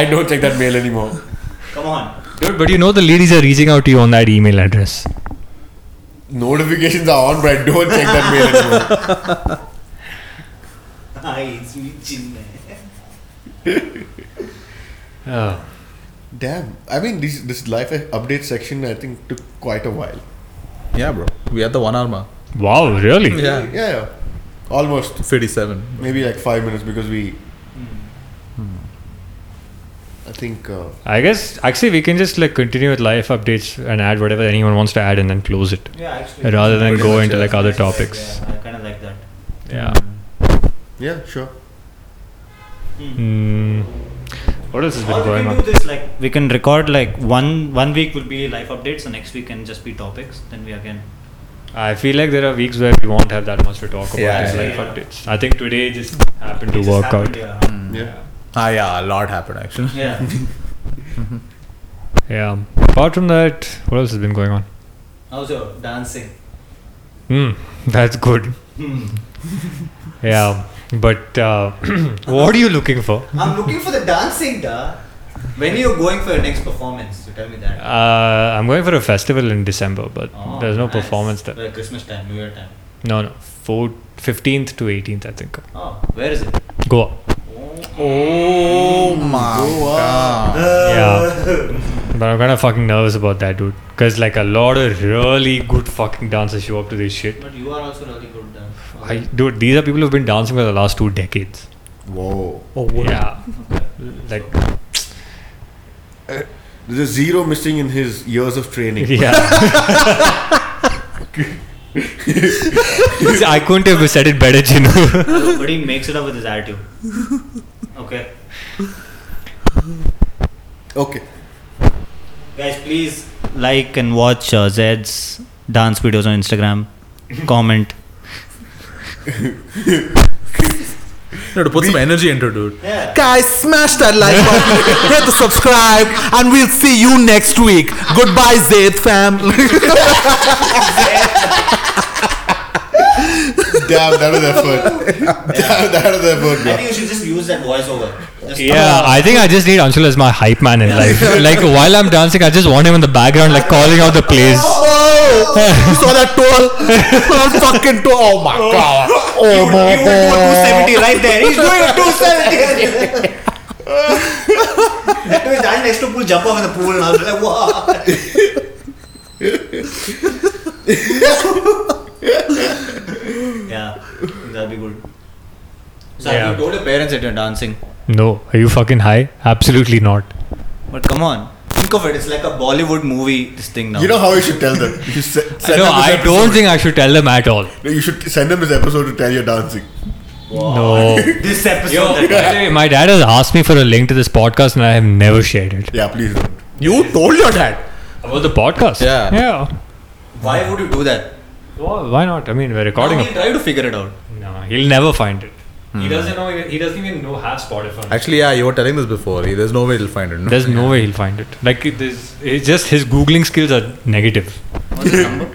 E: I don't take that mail anymore.
C: Come on.
B: Dude, but you know the ladies are reaching out to you on that email address.
E: Notifications are on, but I don't check that mail anymore.
C: Hi, it's me, Chinmay.
B: Oh.
E: Damn. I mean, this this life update section I think took quite a while.
A: Yeah, bro. We had the one hour mark.
B: Wow, really?
A: Yeah.
E: Yeah, yeah. Almost.
A: 57.
E: Maybe like five minutes because we. Hmm.
B: Hmm.
E: I think. Uh,
B: I guess actually we can just like continue with life updates and add whatever anyone wants to add and then close it.
C: Yeah, actually.
B: Rather than
A: Pretty
B: go
A: much,
B: into
A: yeah.
B: like other
C: Nice, nice,
B: topics.
C: Yeah, I kind of like that.
B: Yeah.
E: yeah, sure.
B: Hmm. What else has been
C: Mm. Or we
B: going
C: can
B: on?
C: do this like
G: We can record like one one week.
C: week will be life updates, the next week can just be topics. Then we again.
B: I feel like there are weeks where we won't have that much to talk about
A: Yeah,
B: as
C: yeah,
B: life
C: yeah.
B: updates. I think today just happened to
C: It just
B: work
C: happened,
B: out.
C: Yeah.
E: Yeah.
A: Ah, yeah, a lot happened actually.
C: Yeah.
B: Yeah. Apart from that, what else has been going on?
C: How's your dancing?
B: Hmm. That's good.
C: Hmm.
B: Yeah. But uh, what are you looking for?
C: I'm looking for the dancing, da. When are you going for your next performance? You tell me that.
B: Uh, I'm going for a festival in December, but
C: Oh,
B: there's no
C: nice.
B: performance there.
C: Well, Christmas time, New Year time.
B: No, no. Four, 15th to 18th, I think.
C: Oh, where is it?
B: Goa.
A: Oh my
E: Uh.
A: god.
B: Yeah. But I'm kind of fucking nervous about that, dude. Because, like, a lot of really good fucking dancers show up to this shit.
C: But you are also really good dancer.
B: I, dude, these are people who've been dancing for the last two decades.
E: Whoa.
B: Yeah. Like,
E: There's a zero missing in his years of training.
B: yeah. See, I couldn't have said it better, Chinu.
C: but he makes it up with his attitude. Okay.
E: Okay.
C: Guys, please.
G: Like and watch uh, Zed's dance videos on Instagram. Comment.
A: You know, to put some energy into it, dude.
C: Yeah.
A: Guys, smash that like button, hit the subscribe, and we'll see you next week. Goodbye, Zaid fam.
E: Damn, that was effort. Damn, that was effort,
C: I
E: bro.
C: think you should just use that voiceover. Just
B: Yeah, I think I just need Anshul as my hype man in life. Like while I'm dancing, I just want him in the background, like calling out the plays.
A: Oh, you saw that toll? That fucking toll. Oh my god. Oh my
C: You would do a 270 right there. He's doing a 270. He was standing next to pool, jump off in the pool, and I was like, wow. yeah, that'd be good. So
B: Yeah.
C: have you told your
G: Parents that you're dancing.
B: No, are you fucking high? Absolutely not.
G: But come on.
C: Think of it, it's like a Bollywood movie.
G: This thing now.
E: You know how you should tell them. You should se- send
B: no,
E: them this
B: I
E: episode.
B: don't think I should tell them at all.
E: No, You should send them this episode to tell you're dancing.
A: Oh.
B: No.
C: This episode.
B: Yo, by
C: that-
B: the way, my dad has asked me for a link to this podcast, and I have never shared it.
E: Yeah, please don't.
A: You told your dad.
B: About the podcast?
A: Yeah.
B: Yeah.
C: Why would you do that?
B: Well, why not? I mean, we're recording.
C: Now
B: A-
C: he'll try to figure it out.
B: no, he'll never find it. He doesn't know. He doesn't even know half Spotify.
A: Hmm. Actually, yeah, you were telling this before. There's no way he'll find it.
B: There's no way he'll find it. Like, it is, it's just his googling skills are negative.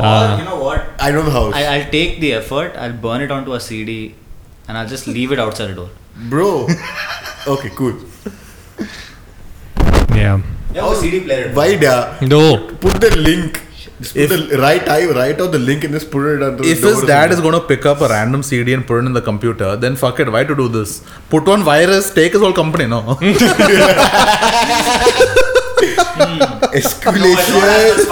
C: Or, you know what?
E: I know the house.
G: I, I'll take the effort, I'll burn it onto a CD, and I'll just leave it outside the door.
E: Oh. Bro. Okay, cool.
B: Yeah.
C: Yeah, oh, CD player.
E: Why da?
B: No.
E: Put the link. Just put
A: If-
E: the right eye, write out the link and just put it under
A: If
E: the door
A: his
E: or
A: dad is
E: something.
A: going to pick up a random CD and put it in the computer, then fuck it. Why to do this? Put one virus, take his whole company. No.
C: No, I thought that was
E: Escalation.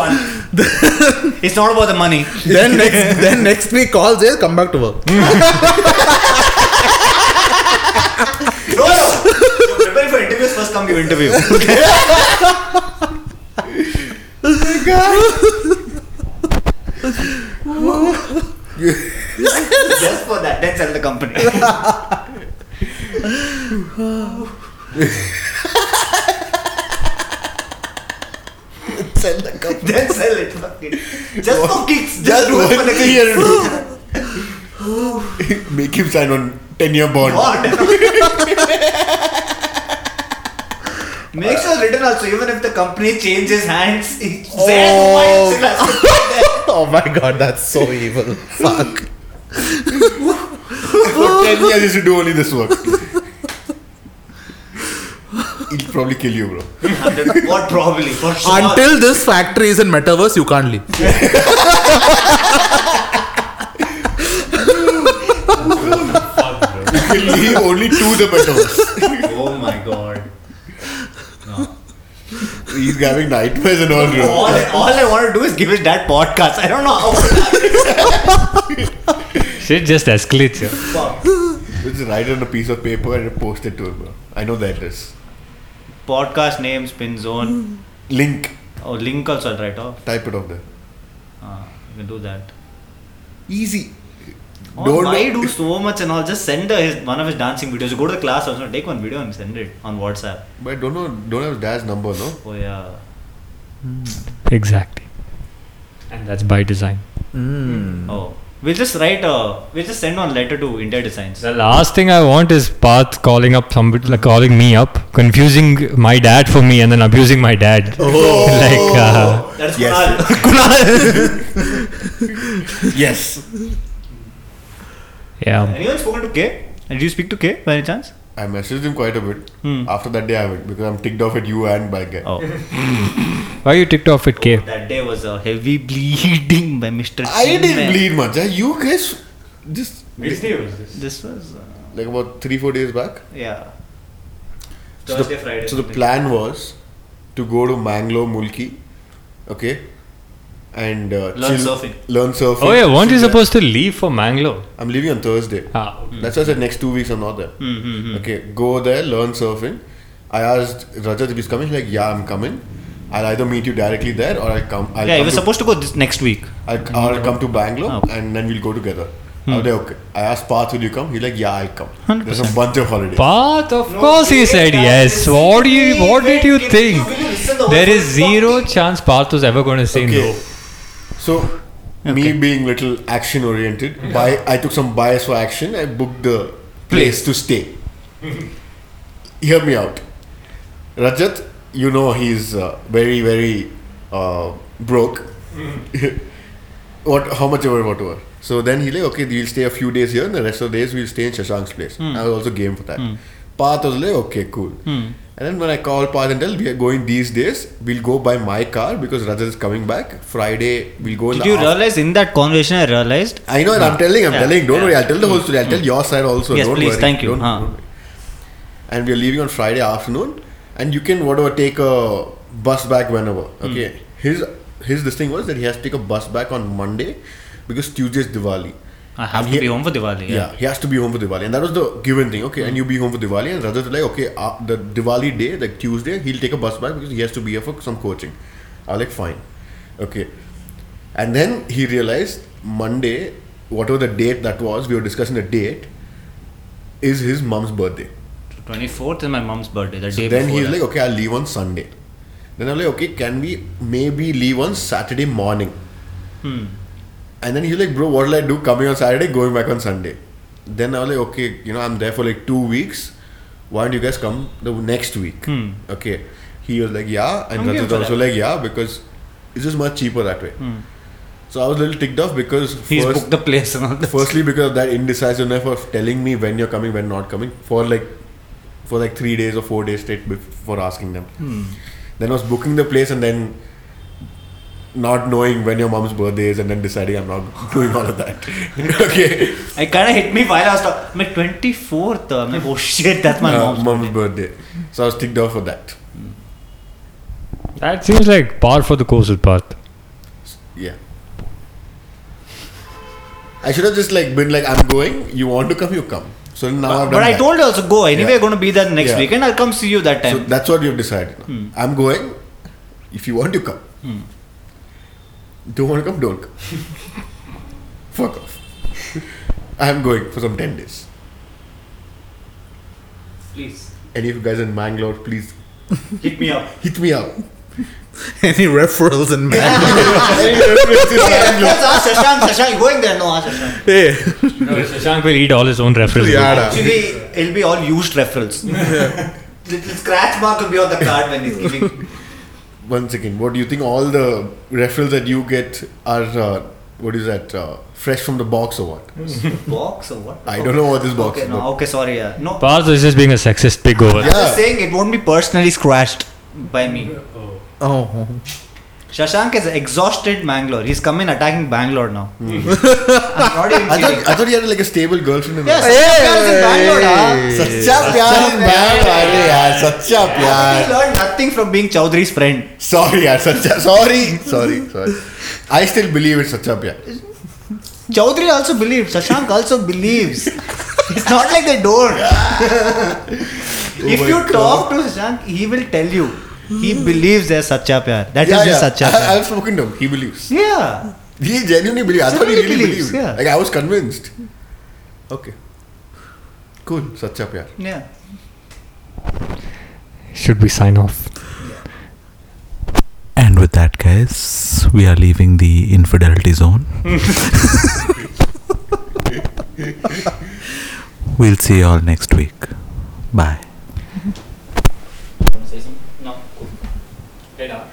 C: fun.
G: It's not about the money.
A: then next, then next week call Jay, come back to work.
C: No, no. You're preparing for interviews, first come you interview. Just for that, then sell the company.
E: Sell the cup.
C: then sell it. fuck it. Just for kicks.
E: Just
C: do it
E: one
C: for the
E: year.
C: kicks.
E: Make him sign on 10 year bond.
C: God. Make sure written also, even if the company changes hands, it says
A: Oh.
C: mine still has to be there.
A: oh my god, that's so evil. Fuck.
E: For 10 years, you should do only this work. It'll probably kill you, bro.
C: Hundred- What probably for sure.
A: Until this factory is in metaverse, you can't leave.
E: You can leave only two the petals.
C: oh my god.
E: He's having nightmares and all,
C: All,
E: bro.
C: all I want to do is give it that podcast. I don't know how.
B: Shit just escalates here.
C: Fuck.
E: Just write on a piece of paper and post it to him, bro. I know the address.
C: Podcast name, spin zone.
E: Link.
C: Oh, link also I'll write off.
E: Type it up there.
C: Ah, you can do that.
E: Easy.
C: Oh,
E: Don't
C: why
E: know-
C: do so much and all? Just send the, his, one of his dancing videos. Go to the class also, take one video and send it on WhatsApp.
E: But I don't know, don't have dad's number, no?
C: Oh yeah.
B: Exactly. And that's by design.
C: Oh, we'll just write a. We'll just send one letter to India Designs.
B: The last thing I want is Path calling up somebody, like calling me up, confusing my dad for me, and then abusing my dad.
A: Oh.
B: like, uh,
C: That's
E: Yes.
C: Kunal.
E: Yes.
B: yeah.
C: Anyone spoken to K? Did you speak to K by any chance?
E: I messaged him quite a bit.
C: Hmm.
E: After that day, I haven't because I'm ticked off at you and by guy.
C: Oh,
B: Why you ticked off at K?
C: that day was a heavy bleeding by Mr.
E: I
C: Chin,
E: didn't
C: man.
E: bleed much. eh? You guys just
F: Which day was this?
C: This was uh,
E: like about three four days back.
C: yeah.
E: So
C: Thursday,
E: the,
C: Friday.
E: So the
C: something.
E: plan was to go to Mangalore, Mulki, okay, and uh,
C: Learn surfing.
E: Learn surfing.
B: Oh yeah, weren't you
E: Sit there.
B: supposed to leave for Mangalore?
E: I'm leaving on Thursday.
B: Ah,
E: That's why I said next two weeks I'm not there.
C: Hmm,
E: Okay, go there, learn surfing. I asked Rajat if he's coming. He's like, yeah, I'm coming. I'll either meet you directly there or I'll come. I'll
C: yeah,
E: come
C: he was
E: to-
C: supposed to go this next week.
E: I'll, I'll come to Bangalore
C: Okay.
E: and then we'll go together. I was like, okay. I asked Path, will you come? He's like, yeah, I'll come. There's a bunch of holidays.
B: Path, of course he said yes. What do you? What did you think? There is zero chance Path was ever going to say no.
E: okay. So, me being little action oriented, bi- I took some bias for action. I booked the place to stay. Hear me out. Rajat, you know he's uh, very, very uh, broke.
C: Mm-hmm.
E: what? How much ever, whatever. So then he like, okay, we'll stay a few days here, and the rest of the days we'll stay in Shashank's place.
C: Mm.
E: I was also game for that. Path was like, okay, cool. And then when I call Path and tell, we are going these days, we'll go by my car because Rajat is coming back. Friday, we'll Ah, go. in
C: Did
E: the
C: you
E: afternoon.
C: realize in that conversation I realized?
E: I know, and I'm telling, I'm
C: Yeah.
E: telling. Don't
C: Yeah. Mm.
E: worry, I'll tell the whole story. I'll tell your side also.
C: Yes,
E: don't
C: please,
E: worry.
C: thank you.
E: Don't-
C: Huh.
E: don't worry. And we're leaving on Friday afternoon, and you can whatever take a bus back whenever. Okay. His his this thing was that he has to take a bus back on Monday because Tuesday is Diwali.
C: I have
E: And
C: to
E: he-
C: be home for Diwali.
E: Yeah. he has to be home for Diwali, and that was the given thing. Okay, and you be home for Diwali, and Rajat was like, okay, uh, the Diwali day, like Tuesday, he'll take a bus back because he has to be here for some coaching. I was like, fine, okay, and then he realized Monday, whatever the date that was, we were discussing the date, is his mom's birthday.
C: 24th is my mom's birthday. The
E: So
C: day
E: then
C: before
E: he's
C: that.
E: like, okay, I'll leave on Sunday. Then I'm like, okay, can we maybe leave on Saturday morning?
C: Hmm.
E: And then he's like, bro, what will I do coming on Saturday, going back on Sunday? Then I was like, okay, you know, I'm there for like two weeks. Why don't you guys come the next week? Okay. He was like, yeah. And
C: Hmm. I'm game
E: Rajat was
C: for
E: also
C: that. Hmm.
E: like, yeah, because it's just much cheaper that way. So I was a little ticked off because
C: He's booked the place and all that.
E: Firstly, because of that indecisiveness of telling me when you're coming, when not coming, for like for like three days or four days straight before asking them.
C: Hmm.
E: Then I was booking the place and then not knowing when your mom's birthday is and then deciding I'm not doing all of that. okay,
C: I kind of hit me while I was talking. My 24th. uh, I'm like, oh shit, that's my
E: Uh,
C: mom's.
E: mom's birthday. So I was ticked off for that.
B: That seems like par for the course with Path.
E: Yeah. I should have just like been like I'm going. You want to come, you come. So now I've
C: Uh, But,
E: done
C: but I
E: that.
C: told her also go. Anyway,
E: Yeah.
C: I'm going to be there next
E: Yeah.
C: week and I'll come see you that
E: So
C: time.
E: that's what you've decided. I'm going. If you want, you come. Don't want to come, don't come. Fuck off. I'm going for some 10 days.
C: Please
E: Any of you guys in Mangalore, please
C: hit me up.
E: hit me up.
A: any referrals in Bangalore?
C: That's us, ah, Shashank. Shashank, you going there? No, ah, Shashank.
A: hey,
B: No, Shashank will eat all his own references.
A: yeah, da.
C: Actually, it'll be all used referrals. Little scratch mark will be on the card when he's giving.
E: One second. What do you think? All the referrals that you get are uh, what is that? Uh, fresh from the box or what?
C: Box or what?
E: I don't know what this box
C: Okay,
E: is.
C: no, okay, sorry. Yeah. No,
B: Parth is just being a sexist pig over.
C: I was
E: Yeah.
C: saying it won't be personally scratched by me.
A: Oh,
C: Shashank is exhausted Bangalore. He's come in attacking Bangalore now. I'm not even
E: Hmm. I
C: kidding.
E: thought I thought you had like a stable girlfriend. And
C: Yes,
E: all.
C: Shashank is in Bangalore. ah.
E: सच्चा प्यार ma'am अरे यार सच्चा
C: He
E: प्यार
C: learned nothing from being Chaudhary's friend.
E: Sorry यार सच्चा sorry sorry sorry I still believe it सच्चा प्यार
C: Chaudhary also believes. Shashank also believes. it's not like they don't. if
E: Oh my
C: you
E: God. Hmm.
C: talk to Shashank, he will tell you. He believes there's Sacha Pyar. That is
E: Yeah,
C: just
E: yeah.
C: Sacha
E: I,
C: Pyar.
E: I've spoken to him. He believes.
C: Yeah.
E: He genuinely believes. I thought he
C: Genuinely
E: really
C: believes, yeah.
E: believed. Like I was convinced. Okay. Cool. Sacha pyar.
C: Yeah.
B: Should we sign off?
A: And with that, guys, we are leaving the infidelity zone. we'll see you all next week. Bye.
C: Say something. No.
F: Hey, now.